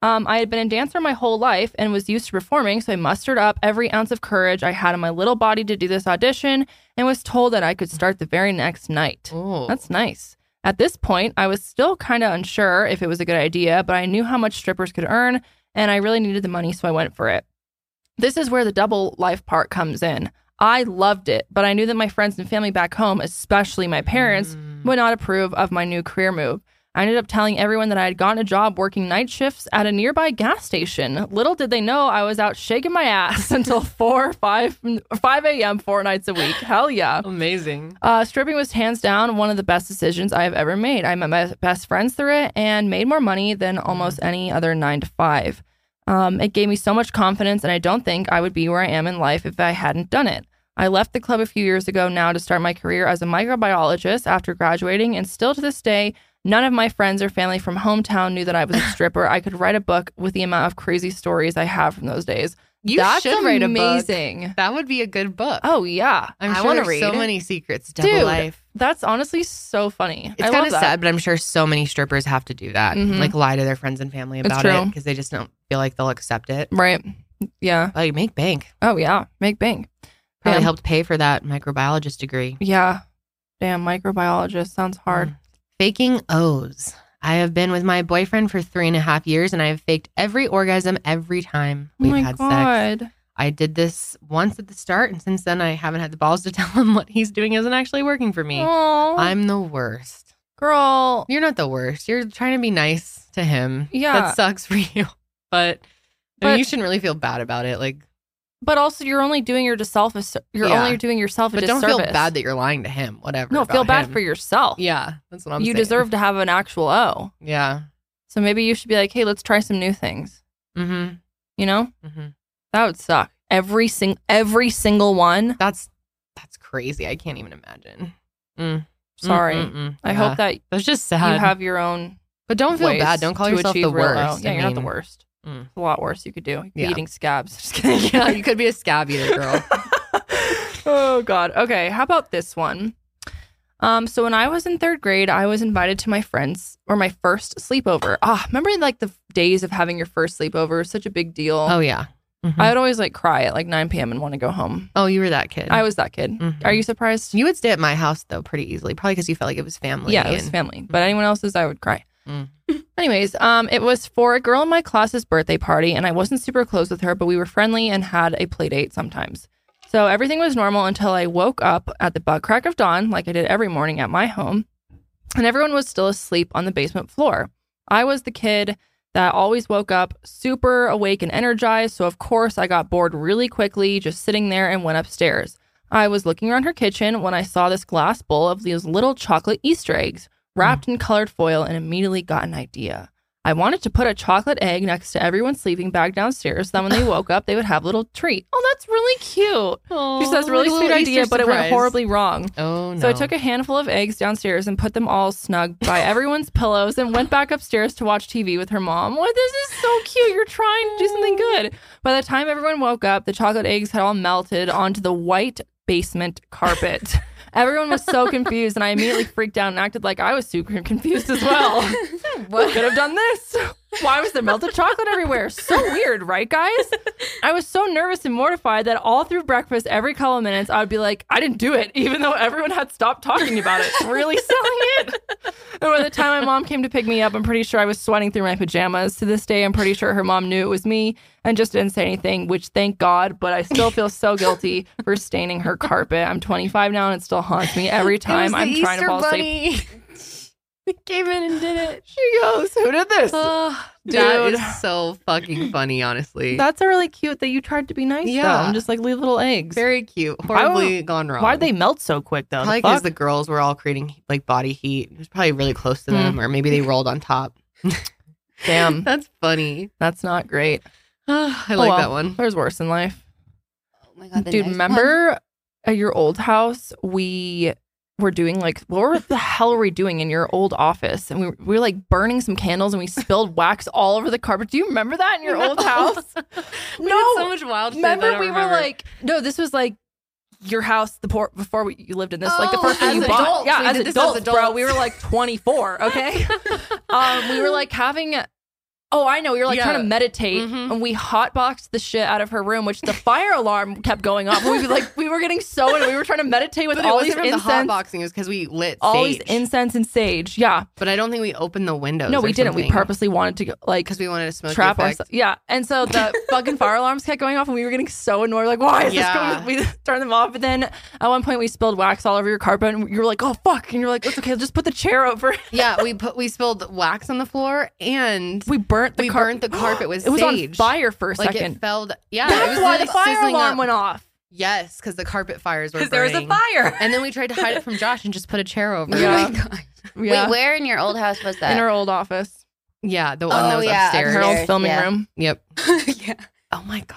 S2: Um, I had been a dancer my whole life and was used to performing, so I mustered up every ounce of courage I had in my little body to do this audition and was told that I could start the very next night.
S3: Oh,
S2: That's nice. At this point, I was still kind of unsure if it was a good idea, but I knew how much strippers could earn and I really needed the money, so I went for it. This is where the double life part comes in. I loved it, but I knew that my friends and family back home, especially my parents,
S1: Mm.
S2: would not approve of my new career move. I ended up telling everyone that I had gotten a job working night shifts at a nearby gas station. Little did they know I was out shaking my ass until 4 5, 5 a.m. four nights a week. Hell yeah.
S3: amazing.
S2: Uh, stripping was hands down one of the best decisions I have ever made. I met my best friends through it and made more money than
S3: Mm.
S2: almost any other nine to five. Um, it gave me so much confidence, and I don't think I would be where I am in life if I hadn't done it. I left the club a few years ago now to start my career as a microbiologist after graduating, and still to this day, none of my friends or family from hometown knew that I was a stripper. I could write a book with the amount of crazy stories I have from those days.
S3: You
S2: That's
S3: should write a book.
S2: amazing.
S3: That would be a good book.
S2: Oh yeah,
S3: I'm
S1: I
S3: sure
S1: wanna
S3: there's
S1: read
S3: so
S1: it.
S3: many secrets. Double
S2: Dude,
S3: life.
S2: That's honestly so funny.
S1: It's
S2: I
S1: kind
S2: love
S1: of
S2: that.
S1: sad, but I'm sure so many strippers have to do that,
S2: Mhm.
S1: like lie to their friends and family
S2: It's
S1: about
S2: true.
S1: it because they just don't feel like they'll accept it.
S2: Right. Yeah.
S1: Like make bank.
S2: Oh yeah. Make bank.
S1: Probably
S2: Yeah.
S1: helped pay for that microbiologist degree.
S2: Yeah. Damn, microbiologist sounds
S1: Mm,
S2: hard. Oh
S1: Faking O's. I have been with my boyfriend for three and a half years and I have faked every orgasm every time
S2: Oh
S1: we've
S2: my
S1: had sex.
S2: god.
S1: I did this once at the start and since then I haven't had the balls to tell him what he's doing isn't actually working for me.
S2: Oh,
S1: I'm the worst.
S2: girl.
S1: You're not the worst. You're trying to be nice to him.
S2: Yeah.
S1: That sucks for you. But, I mean,
S2: But-
S1: you shouldn't really feel bad about it. Like,
S2: But also, you're only doing yourself. A, ser- you're
S1: Yeah.
S2: only doing yourself a
S1: but don't
S2: disservice.
S1: feel bad that you're lying to him. Whatever.
S2: no,
S1: about
S2: feel bad
S1: him.
S2: for yourself.
S1: Yeah, that's what I'm.
S2: you
S1: saying.
S2: deserve to have an actual O.
S1: Yeah.
S2: So maybe you should be like, hey, let's try some new things.
S1: Mm-hmm.
S2: You know,
S1: Mm-hmm.
S2: that would suck. Every sing, every single one.
S1: That's that's crazy. I can't even imagine. Mm.
S2: Sorry.
S1: Mm, mm, mm.
S2: I
S1: Yeah.
S2: hope that you
S1: that's just sad.
S2: have your own
S1: but don't feel
S2: ways
S1: bad. Don't call
S2: to
S1: yourself
S2: achieve
S1: the
S2: real low.
S1: worst.
S2: Yeah,
S1: I
S2: you're not the
S1: mean,
S2: worst.
S1: Mm.
S2: It's a lot worse you could do. You could be
S1: Yeah.
S2: eating scabs. Just kidding.
S1: yeah, you could be a scab eater, girl.
S2: oh God. Okay. How about this one? Um, so when I was in third grade, I was invited to my friends or my first sleepover. Ah, remember like the days of having your first sleepover? Such a big deal.
S1: oh yeah. Mhm.
S2: I would always like cry at like 9 p.m. and want to go home.
S1: oh, you were that kid.
S2: I was that kid.
S1: Mhm.
S2: Are you surprised?
S1: You would stay at my house though pretty easily, probably because you felt like it was family.
S2: Yeah, it was
S1: and-
S2: family. But anyone else's, I would cry.
S1: Mm.
S2: Anyways, um, it was for a girl in my class's birthday party, and I wasn't super close with her, but we were friendly and had a play date sometimes. So everything was normal until I woke up at the butt crack of dawn, like I did every morning at my home, and everyone was still asleep on the basement floor. I was the kid that always woke up super awake and energized, so of course I got bored really quickly just sitting there and went upstairs. I was looking around her kitchen when I saw this glass bowl of these little chocolate Easter eggs wrapped
S1: Hmm.
S2: in colored foil and immediately got an idea. I wanted to put a chocolate egg next to everyone's sleeping bag downstairs. Then when they woke up, they would have a little treat. Oh, that's really cute. She says,
S1: Aw,
S2: really
S1: like a
S2: sweet
S1: little
S2: idea,
S1: Easter
S2: but it went
S1: surprise.
S2: horribly wrong.
S1: Oh no.
S2: So I took a handful of eggs downstairs and put them all snug by everyone's pillows and went back upstairs to watch TV with her mom. What this is so cute. You're trying to do something good. By the time everyone woke up, the chocolate eggs had all melted onto the white basement carpet. everyone was so confused and I immediately freaked out and acted like I was super confused as well. Who could have done this? Why was there melted chocolate everywhere? So weird, right, guys? I was so nervous and mortified that all through breakfast, every couple of minutes, I would be like, I didn't do it, even though everyone had stopped talking about it, really selling it. And by the time my mom came to pick me up, I'm pretty sure I was sweating through my pajamas. To this day, I'm pretty sure her mom knew it was me and just didn't say anything, which thank God, but I still feel so guilty for staining her carpet. I'm 25 now and it still haunts me every
S1: It was
S2: time
S1: the
S2: I'm trying to
S1: Easter
S2: fall asleep.
S1: bunny. Came in and did it. She goes, "Who did this?" That
S2: Dude.
S1: is so fucking funny, honestly.
S2: That's really cute that you tried to be nice. Yeah,
S1: Yeah.
S2: I'm just like leave little eggs.
S1: Very cute.
S2: Why would-
S1: Horribly gone wrong.
S2: Why'd they melt so quick though? The
S1: Probably
S2: fuck?
S1: because the girls were all creating like body heat. It was probably really close
S2: Hmm.
S1: to them, or maybe they rolled on top.
S2: Damn,
S1: That's funny.
S2: that's not great.
S1: I like
S2: Um. Oh, well.
S1: that one.
S2: There's worse in life,
S4: Oh my god, the
S2: dude.
S4: next
S2: Remember at your old house, we were doing like what the hell were we doing in your old office? And we were, we were like burning some candles and we spilled wax all over the carpet. Do you remember that in your old house?
S1: We did
S2: No.
S1: so much wild. shit, I
S2: remember
S1: don't
S2: we
S1: remember.
S2: were like no, this was like. Your house, the port before we, you lived in this, like the
S1: Oh,
S2: first
S1: as
S2: thing you bought,
S1: adults,
S2: yeah,
S1: we
S2: as
S1: did this as
S2: adults, bro,
S1: adults.
S2: we were like twenty four, okay, um, we were like having Oh, I know. You're like
S1: Yeah.
S2: trying to meditate,
S1: Mhm.
S2: and we hotboxed the shit out of her room, which the fire alarm kept going off. We were like, we were getting so, and we were trying to meditate with
S1: But it
S2: all these
S1: wasn't from the hot
S2: incense,
S1: boxing. It was because we lit
S2: all these
S1: sage.
S2: incense and sage. Yeah,
S1: but I don't think we opened the windows.
S2: no, we didn't. We purposely wanted to go, like
S1: because we wanted to smoke
S2: trap
S1: the effect.
S2: ourselves. Yeah, and so the fucking fire alarms kept going off, and we were getting so annoyed. Like, why is
S1: Yeah.
S2: this going? We turned them off, but then at one point we spilled wax all over your carpet, and you were like, oh fuck, and you're like, it's okay, just put the chair over. it.
S1: Yeah, we put we spilled wax on the floor and
S2: We burnt the
S1: we burned
S2: carpet.
S1: the carpet with
S2: It was
S1: sage.
S2: on fire for a
S1: Like
S2: second.
S1: it fell. Yeah, it
S2: That's
S1: was
S2: why the
S1: like
S2: fire
S1: sizzling
S2: alarm
S1: up.
S2: went off.
S1: Yes, because the carpet fires were
S3: because there was a
S1: burning.
S3: fire.
S1: And then we tried to hide it from Josh and just put a chair over. it.
S2: Yeah.
S4: Oh my god.
S2: Yeah.
S4: Wait, where in your old house was that?
S2: in her old office,
S1: yeah, the one that
S4: Oh,
S1: was
S4: yeah,
S1: upstairs.
S2: her old
S4: upstairs.
S2: filming
S4: yeah.
S2: room.
S1: Yep.
S4: yeah.
S1: Oh my god.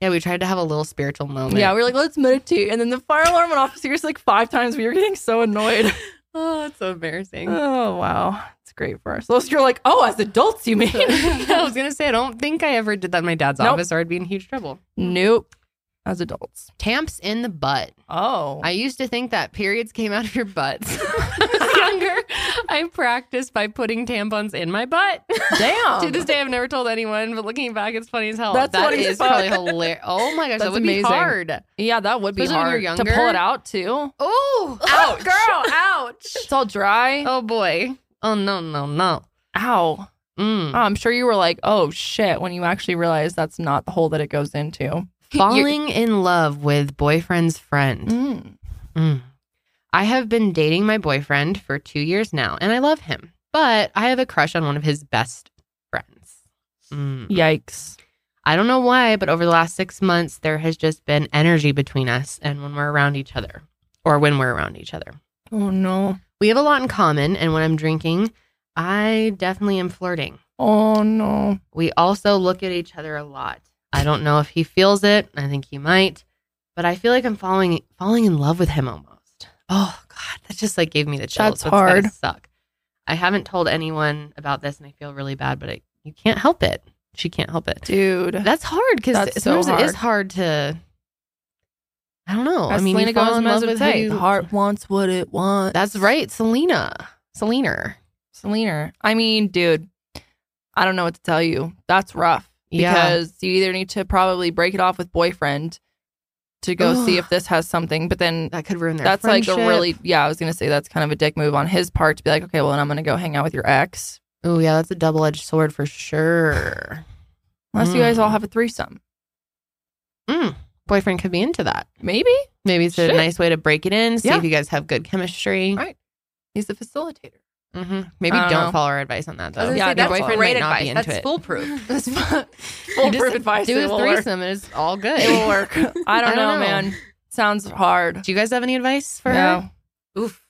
S1: Yeah, we tried to have a little spiritual moment.
S2: Yeah, we were like, let's meditate, and then the fire alarm went off. Seriously, like five times. We were getting so annoyed.
S1: oh, that's so embarrassing.
S2: oh wow, it's great for us. So you're like, oh, as adults, you mean?
S1: I was gonna say I don't think I ever did that in my dad's
S2: Nope.
S1: office, or I'd be in huge trouble.
S2: nope, as adults.
S1: Tamps in the butt.
S2: Oh,
S1: I used to think that periods came out of your butts. When I was younger, I practiced by putting tampons in my butt.
S2: damn.
S1: to this day, I've never told anyone, but looking back, it's funny as hell.
S2: That's
S1: That
S2: funny as
S1: is
S2: fuck.
S1: probably hilarious. Oh my gosh,
S2: That's
S1: that would
S2: amazing.
S1: be hard.
S2: yeah, that would be
S1: Especially
S2: hard
S1: when you're
S2: to pull
S1: younger.
S2: it out too.
S1: Oh,
S2: Ouch, girl, ouch. It's all dry.
S1: oh boy. Oh no, no, no.
S2: Ow.
S1: Mm.
S2: Oh, I'm sure you were like, oh shit, when you actually realize that's not the hole that it goes into.
S1: Falling in love with boyfriend's friend.
S2: Mm.
S1: Mm. I have been dating my boyfriend for two years now, and I love him, but I have a crush on one of his best friends. Mm.
S2: Yikes.
S1: I don't know why, but over the last six months, there has just been energy between us and when we're around each other, or when we're around each other.
S2: Oh no.
S1: We have a lot in common, and when I'm drinking, I definitely am flirting.
S2: Oh no.
S1: We also look at each other a lot. I don't know if he feels it. I think he might, but I feel like I'm falling falling in love with him almost. Oh God, that just like gave me the chills.
S2: That's
S1: That's gotta
S2: hard.
S1: Suck. I haven't told anyone about this, and I feel really bad. But I, you can't help it. She can't help it.
S2: Dude.
S1: That's hard because
S2: That's so
S1: sometimes it is hard to. I don't know.
S2: As
S1: I mean, you
S2: Selena
S1: fall in
S2: Gomez
S1: love
S2: would
S1: with
S2: say,
S1: who you-
S2: the heart wants what it wants.
S1: That's right, Selena. Selena.
S2: Selena. I mean, dude, I don't know what to tell you. That's rough.
S1: Yeah.
S2: Because you either need to probably break it off with boyfriend to go
S1: Ugh.
S2: see if this has something, but then
S1: That could ruin their.
S2: that's like a
S1: friendship.
S2: really yeah, I was gonna say that's kind of a dick move on his part to be like, okay, well then I'm gonna go hang out with your ex.
S1: Oh yeah, that's a double edged sword for sure.
S2: Unless you guys
S1: Mm.
S2: all have a threesome.
S1: Boyfriend could be into that.
S2: Maybe?
S1: Maybe it's a
S2: Shit.
S1: nice way to break it in. See
S2: Yeah.
S1: if you guys have good chemistry.
S2: Right. He's the facilitator.
S1: hmm Maybe
S2: I
S1: don't,
S2: don't know.
S1: follow our advice on that
S3: I was
S1: though.
S3: gonna
S2: Yeah,
S3: say,
S2: your
S3: that's
S1: boyfriend
S3: great
S1: might not
S3: advice.
S1: be into
S3: That's
S1: it.
S3: foolproof.
S1: That's fun. You
S2: Foolproof
S1: just
S2: advice.
S1: Do
S2: it
S1: a
S2: will work.
S1: threesome and it's all good.
S2: It will work. I don't,
S1: I don't
S2: know,
S1: know.
S2: man. Sounds hard.
S1: Do you guys have any advice for
S2: Yeah.
S1: her?
S3: Oof.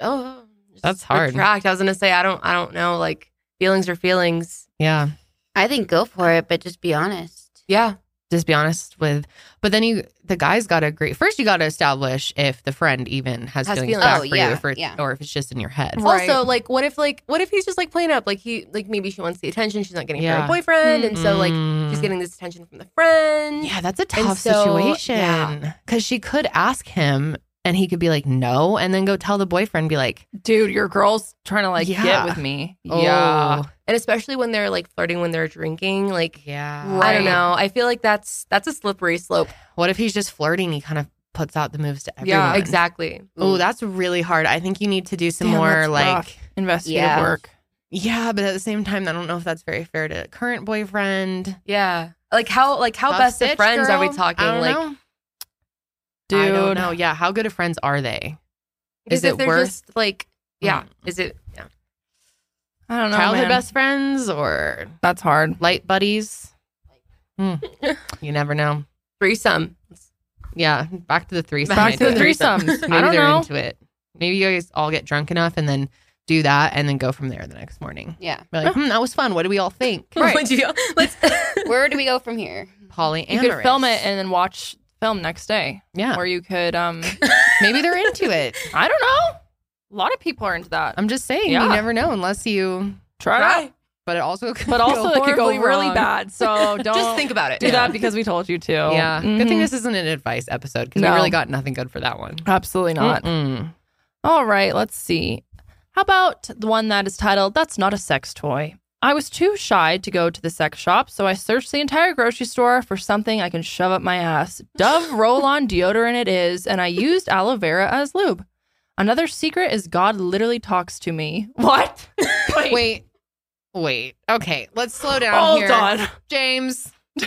S3: Oh, just
S1: That's hard.
S3: Retract. I was gonna say I don't. I don't know. Like feelings are feelings.
S1: Yeah.
S4: I think go for it, but just be honest.
S3: Yeah.
S1: Just be honest with. But then you, the guys got to agree. First, you got to establish if the friend even has,
S3: Has
S1: feelings,
S3: feelings.
S1: back
S4: Oh,
S1: for
S4: yeah,
S1: you, if it's-
S4: yeah.
S1: or if it's just in your head.
S2: Right.
S3: Also, like, what if like what if he's just like playing up? Like he like maybe she wants the attention. She's not getting it from
S1: Yeah.
S3: her boyfriend, and so like
S1: Mm.
S3: she's getting this attention from the friend.
S1: Yeah, that's a
S3: And
S1: tough
S3: so,
S1: situation. Because she could ask him and he could be like, no, and then go tell the boyfriend, be like,
S2: Dude, your girl's trying to like get
S1: Yeah.
S2: with me.
S1: oh,
S2: Yeah.
S3: And especially when they're like flirting when they're drinking. Like
S1: Yeah.
S3: I
S2: Right.
S3: don't know. I feel like that's that's a slippery slope.
S1: What if he's just flirting? He kind of puts out the moves to everyone.
S2: Yeah,
S3: Exactly.
S1: Oh, that's really hard. I think you need to do some
S2: Damn,
S1: more
S2: that's
S1: like,
S2: rough. investigative
S4: Yeah.
S2: work.
S1: yeah, but at the same time, I don't know if that's very fair to current boyfriend.
S3: Yeah. Like how like how
S1: Tough
S3: best of
S1: stitch,
S3: friends are we
S1: girl.
S3: talking?
S1: I don't
S3: like
S1: know.
S2: Dude.
S1: I don't know. Yeah, how good of friends are they?
S3: because
S1: Is
S3: if
S1: it
S3: they're
S1: worth-
S3: just like yeah,
S1: Mm.
S3: is it yeah.
S2: I don't know,
S1: Childhood
S2: man.
S1: best friends or
S2: That's hard.
S1: light buddies? Hmm. you never know.
S3: threesome?
S1: Yeah, back to the threesome.
S3: Back to the
S1: idea.
S2: threesomes.
S1: Maybe
S2: I don't
S1: they're
S2: know.
S1: into it. Maybe you guys all get drunk enough and then do that and then go from there the next morning.
S4: Yeah.
S1: We're like, hmm, that was fun. What do we all think?
S3: Would you- let's
S4: Where do we go from here?
S1: Polyamorous.
S2: You could film it and then watch film next day.
S1: yeah,
S2: Or you could um
S1: maybe they're into it.
S2: I don't know. A lot of people are into that.
S1: I'm just saying,
S2: Yeah.
S1: you never know unless you.
S2: Try it out.
S3: Try.
S1: But it also, could
S2: But
S1: go
S2: also it could go
S1: horribly
S2: really
S1: wrong.
S2: bad. So don't
S3: Just think about it.
S2: do
S1: Yeah.
S2: that because we told you to.
S1: Yeah, good thing
S2: Mhm.
S1: this isn't an advice episode because
S2: No.
S1: we really got nothing good for that one.
S2: Absolutely not.
S1: Mm-mm.
S2: All right, let's see. How about the one that is titled That's Not a Sex Toy? I was too shy to go to the sex shop, so I searched the entire grocery store for something I can shove up my ass. Dove roll on deodorant it is, and I used aloe vera as lube. Another secret is God literally talks to me. What?
S1: Wait, wait. Okay, let's slow down
S2: hold
S1: here,
S2: on.
S1: James.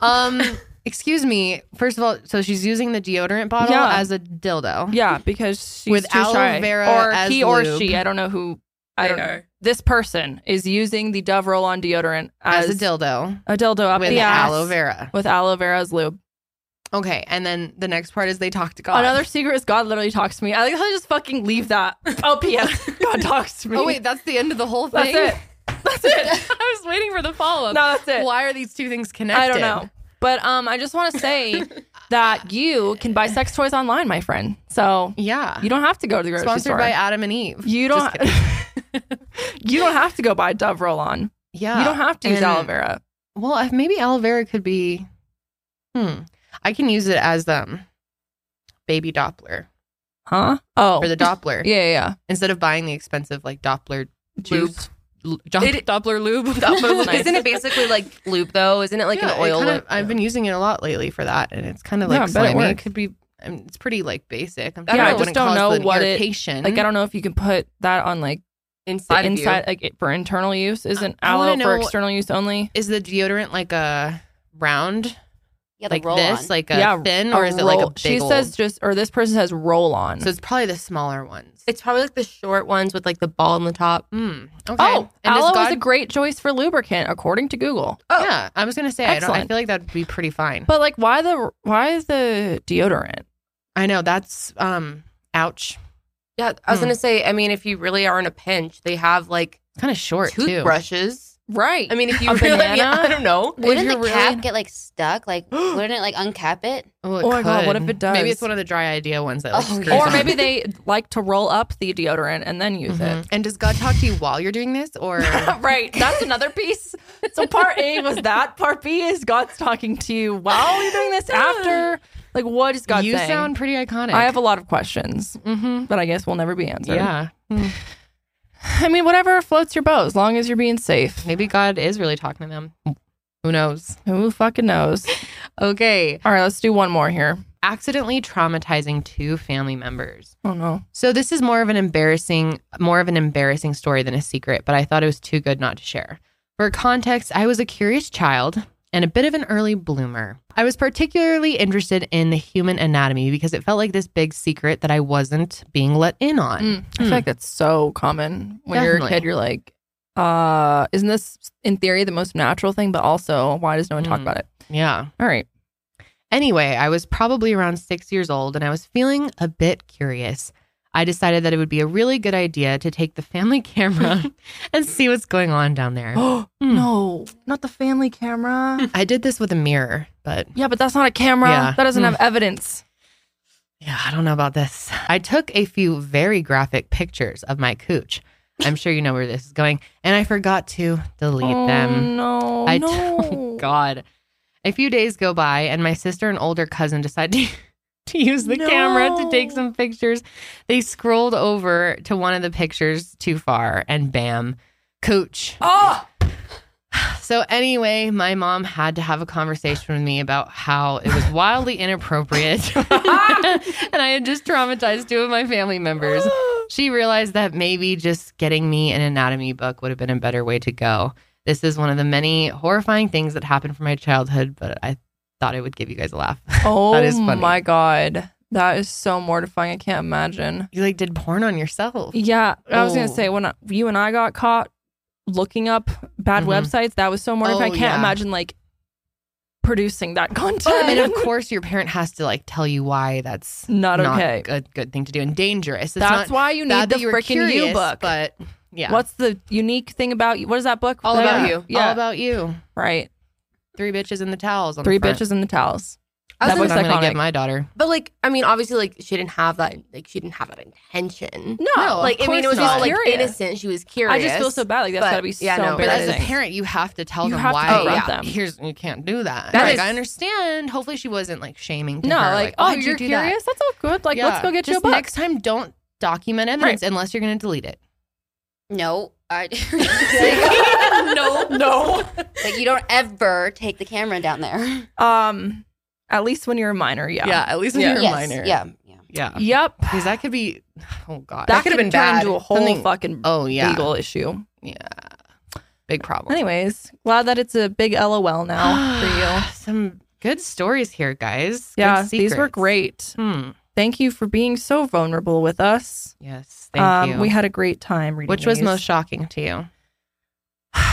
S1: um, excuse me. First of all, so she's using the deodorant bottle
S2: Yeah.
S1: as a dildo.
S2: Yeah, because she's
S1: With
S2: too
S1: aloe
S2: shy.
S1: vera
S2: or
S1: as
S2: he or
S1: lube.
S2: she. I don't know who. I
S3: They
S2: don't know.
S3: are.
S2: This person is using the Dove roll on deodorant as,
S1: As, a dildo
S2: a dildo up
S1: with
S2: the ass
S1: aloe vera.
S2: with aloe vera as lube.
S1: Okay, and then the next part is they talk to God.
S2: Another secret is God literally talks to me. I like how they just fucking leave that. Oh, P.S. God talks to me.
S1: Oh wait, that's the end of the whole
S2: that's
S1: thing.
S2: it. That's it.
S1: I was waiting for the follow
S2: No,
S1: up.
S2: that's it.
S1: Why are these two things connected?
S2: I don't know. But um, I just want to say that you can buy sex toys online, my friend. So
S1: Yeah.
S2: you don't have to go to the grocery
S1: Sponsored
S2: store.
S1: by Adam and Eve.
S2: you don't. you don't have to go buy Dove roll on.
S1: Yeah.
S2: You don't have to use
S1: And-
S2: aloe vera.
S1: Well, if maybe aloe vera could be. Hmm. I can use it as um, baby Doppler
S2: Huh? Oh.
S1: or the Doppler
S2: yeah, yeah, yeah.
S1: instead of buying the expensive like Doppler
S2: Juice.
S1: lube. Dop-
S3: It-
S1: Oh, Doppler lube.
S3: Isn't it basically like lube though? Isn't it like
S1: Yeah,
S3: an
S1: it
S3: oil
S1: kinda-
S3: lube?
S1: I've been using it a lot lately for that, and it's kind of
S2: Yeah,
S1: like
S2: I bet
S1: slimy.
S2: it
S1: It,
S2: works.
S1: could be. I mean, it's pretty like basic. I'm
S3: Yeah,
S1: sure
S3: I
S1: it
S3: just
S1: wouldn't
S2: don't
S1: cause
S2: know
S1: the
S2: what it-
S1: irritation.
S2: Like I don't know if you can put that on like
S3: inside
S2: the
S3: of
S2: inside like it, for internal use. Isn't
S1: I wanna
S2: aloe for
S1: know-
S2: external use only?
S1: Is the deodorant like a round,
S4: Yeah, the
S1: like
S4: roll
S1: this,
S4: on.
S1: like a
S2: Yeah,
S1: thin, Mm, or is it like a
S2: roll-
S1: big?
S2: She
S1: old-
S2: says just or this person says roll on.
S1: so. It's probably the smaller ones.
S3: you. It's probably like the short ones with like the ball on the top.
S1: Mm, okay.
S2: Oh,
S1: and does
S2: aloe
S1: God,
S2: is a great choice for lubricant, according to Google.
S1: yeah. I was gonna say I don't. I
S2: Excellent.
S1: feel like that'd be pretty fine.
S2: But like, why the why is the deodorant?
S1: I know that's um, ouch.
S3: Yeah, I was
S1: Hmm.
S3: gonna say. I mean, if you really are in a pinch, they have like
S1: Kind of short too.
S3: toothbrushes.
S2: Right.
S3: I mean, if you
S2: A
S3: really,
S2: banana?
S3: I don't know.
S4: Wouldn't the
S1: you're really-
S4: cap get like stuck? Like, wouldn't it like uncap it?
S1: Oh, it
S2: Oh my God, what
S1: could.
S2: if it does?
S1: Maybe it's one of the dry idea ones that. Like,
S4: Oh,
S1: screws
S4: yeah.
S2: or
S1: on.
S2: maybe they like to roll up the deodorant and then use
S1: Mhm. And does God talk to you while you're doing this, or
S2: it. right. That's another piece. So part A was that. Part B is God's talking to you while you're doing this. After, like, what is God
S1: you
S2: saying?
S1: sound pretty iconic?
S2: I have a lot of questions
S1: Mm-hmm.
S2: that I guess will never be answered.
S1: Yeah.
S2: I mean, whatever floats your boat, as long as you're being safe.
S1: Maybe God is really talking to them. Who knows?
S2: Who fucking knows?
S1: Okay.
S2: All right, let's do one more here.
S1: Accidentally traumatizing two family members.
S2: Oh no.
S1: So this is more of an embarrassing, more of an embarrassing story than a secret, but I thought it was too good not to share. For context, I was a curious child and a bit of an early bloomer. I was particularly interested in the human anatomy because it felt like this big secret that I wasn't being let in on.
S2: Mm, I feel like that's so common when you're a
S1: Definitely.
S2: kid. You're like, uh, isn't this in theory the most natural thing? But also, why does no one talk
S1: Mm.
S2: about it?
S1: Yeah.
S2: All right.
S1: Anyway, I was probably around six years old and I was feeling a bit curious. I decided that it would be a really good idea to take the family camera and see what's going on down there.
S2: Oh
S1: Hmm.
S2: no, not the family camera.
S1: I did this with a mirror, but
S2: yeah, but that's not a camera.
S1: Yeah.
S2: That doesn't
S1: Mm.
S2: have evidence.
S1: yeah, I don't know about this. I took a few very graphic pictures of my cooch. I'm sure you know where this is going. And I forgot to delete
S2: oh,
S1: them.
S2: No,
S1: I
S2: no.
S1: God. A few days go by, and my sister and older cousin decide to, to use the camera to take
S2: No.
S1: some pictures. They scrolled over to one of the pictures too far, and bam, cooch.
S2: Oh,
S1: So, anyway, my mom had to have a conversation with me about how it was wildly inappropriate, and I had just traumatized two of my family members. She realized that maybe just getting me an anatomy book would have been a better way to go. This is one of the many horrifying things that happened from my childhood, but I thought I would give you guys a laugh.
S2: oh
S1: That is funny.
S2: my god, that is so mortifying. I can't imagine.
S1: you like did porn on yourself.
S2: Yeah, I was gonna
S1: Oh.
S2: say when I, you and I got caught looking up bad
S1: Mhm.
S2: websites, that was so mortifying. I
S1: Oh,
S2: can't
S1: yeah.
S2: imagine like producing that content.
S1: and of course, your parent has to like tell you why that's
S2: not
S1: not
S2: okay.
S1: a good thing to do and dangerous. It's
S2: That's
S1: not
S2: why you need
S1: bad
S2: the
S1: that you were
S2: freaking
S1: curious,
S2: you book.
S1: but yeah,
S2: What's the unique thing about you? What is that book?
S3: All
S2: that-
S3: About You.
S2: Yeah,
S1: all about you?
S2: right.
S1: Three bitches in the towels. On
S2: Three
S1: the front.
S2: bitches in the towels.
S3: I
S2: That
S1: That's
S2: book's
S3: was gonna,
S1: what I'm gonna
S2: iconic.
S1: give my daughter.
S3: but like, I mean, obviously, like she didn't have that. Like she didn't have that intention.
S2: No, of
S3: like I mean,
S2: course
S3: it was
S2: not.
S3: all like
S2: Curious.
S3: innocent. She was curious.
S2: I just feel so bad. Like that's
S3: But-
S2: gotta be
S3: yeah,
S2: so
S3: no, but
S1: But as a
S2: embarrassing.
S1: parent, you have to tell
S2: You
S1: them
S2: have to
S1: why.
S2: confront them.
S1: Here's you can't do that.
S3: That
S1: like
S3: is-
S1: I understand. Hopefully, she wasn't like shaming. To
S2: no,
S1: her,
S2: like,
S1: like
S2: oh,
S1: "Why'd you
S2: you're
S1: do
S2: curious. That's all good.
S1: That?
S2: Like, let's
S1: Yeah.
S2: go get you a
S1: Just
S2: book.
S1: Next time, don't document evidence unless you're going to delete it.
S4: No, I.
S2: no, no.
S4: like you don't ever take the camera down there.
S2: Um, at least when you're a minor, yeah.
S1: Yeah, at least when
S2: Yeah.
S1: you're a
S4: yes.
S1: minor.
S4: Yeah. Yeah.
S1: Yeah.
S2: Yep.
S1: Because that could be, oh God.
S2: That, could have been turned
S1: bad.
S2: into a whole
S1: Something-
S2: fucking
S1: Oh, yeah.
S2: legal issue.
S1: Yeah. Big problem.
S2: Anyways, glad that it's a big LOL now for you.
S1: Some good stories here, guys. Good
S2: Yeah, these were
S1: secrets.
S2: great.
S1: Hmm.
S2: Thank you for being so vulnerable with us.
S1: Yes. Thank
S2: um,
S1: you.
S2: We had a great time reading.
S1: Which was
S2: these.
S1: most shocking to you?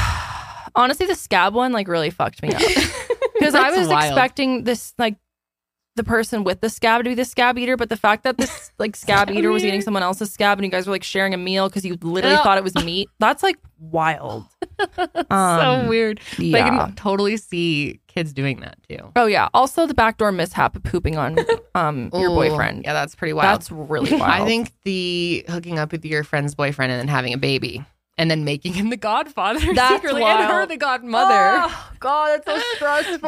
S2: honestly the scab one like really fucked me up because I
S1: That's
S2: was
S1: wild.
S2: expecting this like the person with the scab to be the scab eater, but the fact that this like scab eater was eating someone else's scab and you guys were like sharing a meal because you literally
S1: Yeah.
S2: thought it was meat. That's like wild.
S1: so
S2: Um,
S1: weird. But
S2: Yeah.
S1: I can totally see kids doing that too.
S2: oh yeah. Also the backdoor mishap of pooping on um your
S1: Ooh,
S2: boyfriend.
S1: Yeah, that's pretty wild.
S2: That's really wild.
S1: I think the hooking up with your friend's boyfriend and then having a baby and then making him the godfather
S2: That's
S1: secretly and her
S2: wild.
S1: the godmother.
S2: Oh, God, that's so stressful.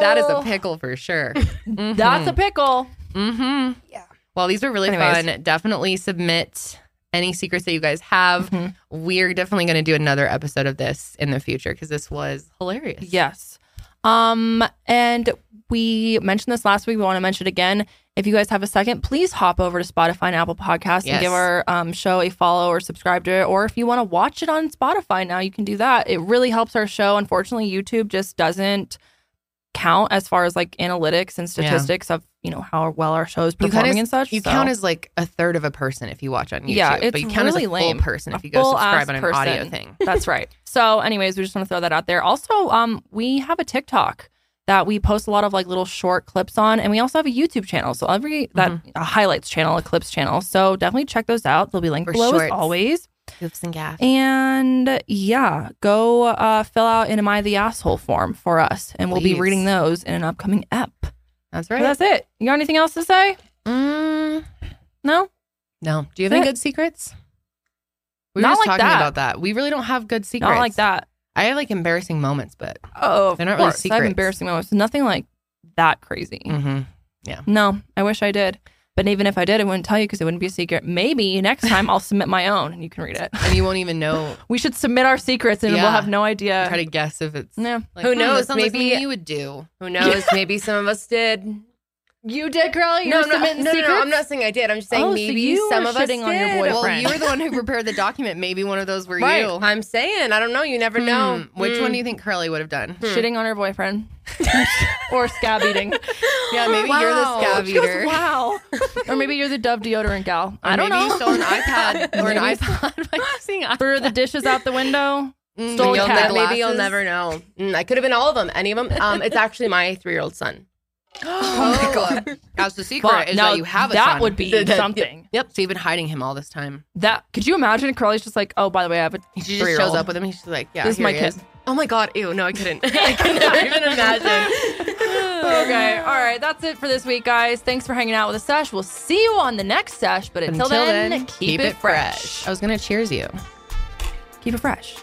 S1: That is a pickle for sure.
S2: That's a pickle.
S1: hmm
S4: Yeah.
S1: Well, these were really
S2: Anyways.
S1: fun. Definitely submit any secrets that you guys have.
S2: Mhm.
S1: We're definitely going to do another episode of this in the future because this was hilarious.
S2: Yes. Um, and we mentioned this last week. We want to mention it again. If you guys have a second, please hop over to Spotify and Apple Podcasts and
S1: Yes.
S2: give our um, show a follow or subscribe to it. Or if you want to watch it on Spotify now, you can do that. It really helps our show. Unfortunately, YouTube just doesn't count as far as like analytics and statistics of you know how well our show is
S1: You kinda s-
S2: performing and such.
S1: You
S2: so.
S1: count as like a third of a person if you watch on YouTube.
S2: Yeah,
S1: but
S2: it's
S1: you count as
S2: really
S1: a
S2: lame.
S1: full person if
S2: A
S1: you go
S2: full-ass
S1: subscribe on an audio
S2: person.
S1: thing.
S2: That's right. So, anyways, we just want to throw that out there. Also, um, we have a TikTok that we post a lot of like little short clips on, and we also have a YouTube channel. So every that
S1: Mm-hmm.
S2: a highlights channel, a clips channel. So definitely check those out. They'll be linked
S1: For
S2: below as
S1: shorts.
S2: always.
S1: Goofs and gaffs.
S2: And yeah, go uh, fill out an "Am I the asshole?" form for us, and we'll be
S1: Please.
S2: reading those in an upcoming ep.
S1: That's
S2: So
S1: right.
S2: that's it. You got anything else to say?
S1: Mm,
S2: No.
S1: no. Do you have
S2: That's
S1: any
S2: it.
S1: good secrets? We were
S2: Not
S1: just
S2: like
S1: talking
S2: that.
S1: about that. We really don't have good secrets.
S2: Not like that.
S1: I have like embarrassing moments, but
S2: Oh, of
S1: They're not really
S2: course. I have
S1: secrets.
S2: embarrassing moments. Nothing like that crazy.
S1: Mhm.
S2: No, I wish I did. But even if I did, I wouldn't tell you because it wouldn't be a secret. Maybe next time I'll submit my own and you can read it.
S1: and you won't even know.
S2: We should submit our secrets and we'll
S1: Yeah.
S2: have no idea.
S1: Try to guess if it's
S2: Uh, no.
S1: like,
S3: Who
S1: hmm, that
S3: knows?
S1: sounds like
S3: Maybe-
S1: something you would do.
S3: Who knows? Maybe some of us did.
S2: You did, Carly? You
S3: no,
S2: were
S3: I'm not, no,
S2: submitting
S3: no, no,
S2: secrets?
S3: I'm not saying I did. I'm just saying
S2: Oh, so
S3: maybe
S2: you
S3: some
S2: were
S3: of us
S2: shitting
S3: did.
S2: on your boyfriend.
S1: Well,
S2: Friend.
S1: you were the one who prepared the document. Maybe one of those were
S3: Right.
S1: you.
S3: I'm saying I don't know. You never know.
S1: Hmm. Which
S3: Hmm.
S1: one do you think Curly would have done?
S2: Shitting on her boyfriend or scab eating.
S1: Yeah, maybe you're the
S3: Wow.
S1: scab
S2: She goes,
S1: eater.
S2: wow. or maybe you're the Dove deodorant gal.
S1: Or
S2: I don't
S1: maybe
S2: know.
S1: you stole an iPad or an
S2: Maybe-
S1: iPod by using iPod.
S2: Threw the dishes out the window.
S1: Mm,
S2: Stole
S1: when
S2: a
S1: you
S3: You'll
S1: open
S2: cat.
S1: the
S2: Oh,
S3: ne- maybe you'll
S1: glasses.
S3: never know. Mm, I could have been all of them, any of them. Um, it's actually my three-year-old son.
S1: Oh, That's the secret
S2: Fuck.
S1: is
S2: Now,
S1: that you have a
S2: that
S1: son.
S2: would be
S3: Th- that-
S2: something.
S1: Yep. So you've been hiding him all this time.
S2: That could you imagine? Carly's just like, oh, by the way, I have a
S1: She just
S2: three-year-old.
S1: shows up with him. He's just like, yeah,
S2: This is
S1: here
S2: my
S1: he
S2: kid.
S1: Oh my god. Ew. No, I couldn't.
S3: I can never even imagine.
S2: okay. All right. That's it for this week, guys. Thanks for hanging out with us, Sesh. We'll see you on the next Sesh. But until, then, keep, it fresh.
S1: I was gonna cheers you.
S2: Keep it fresh.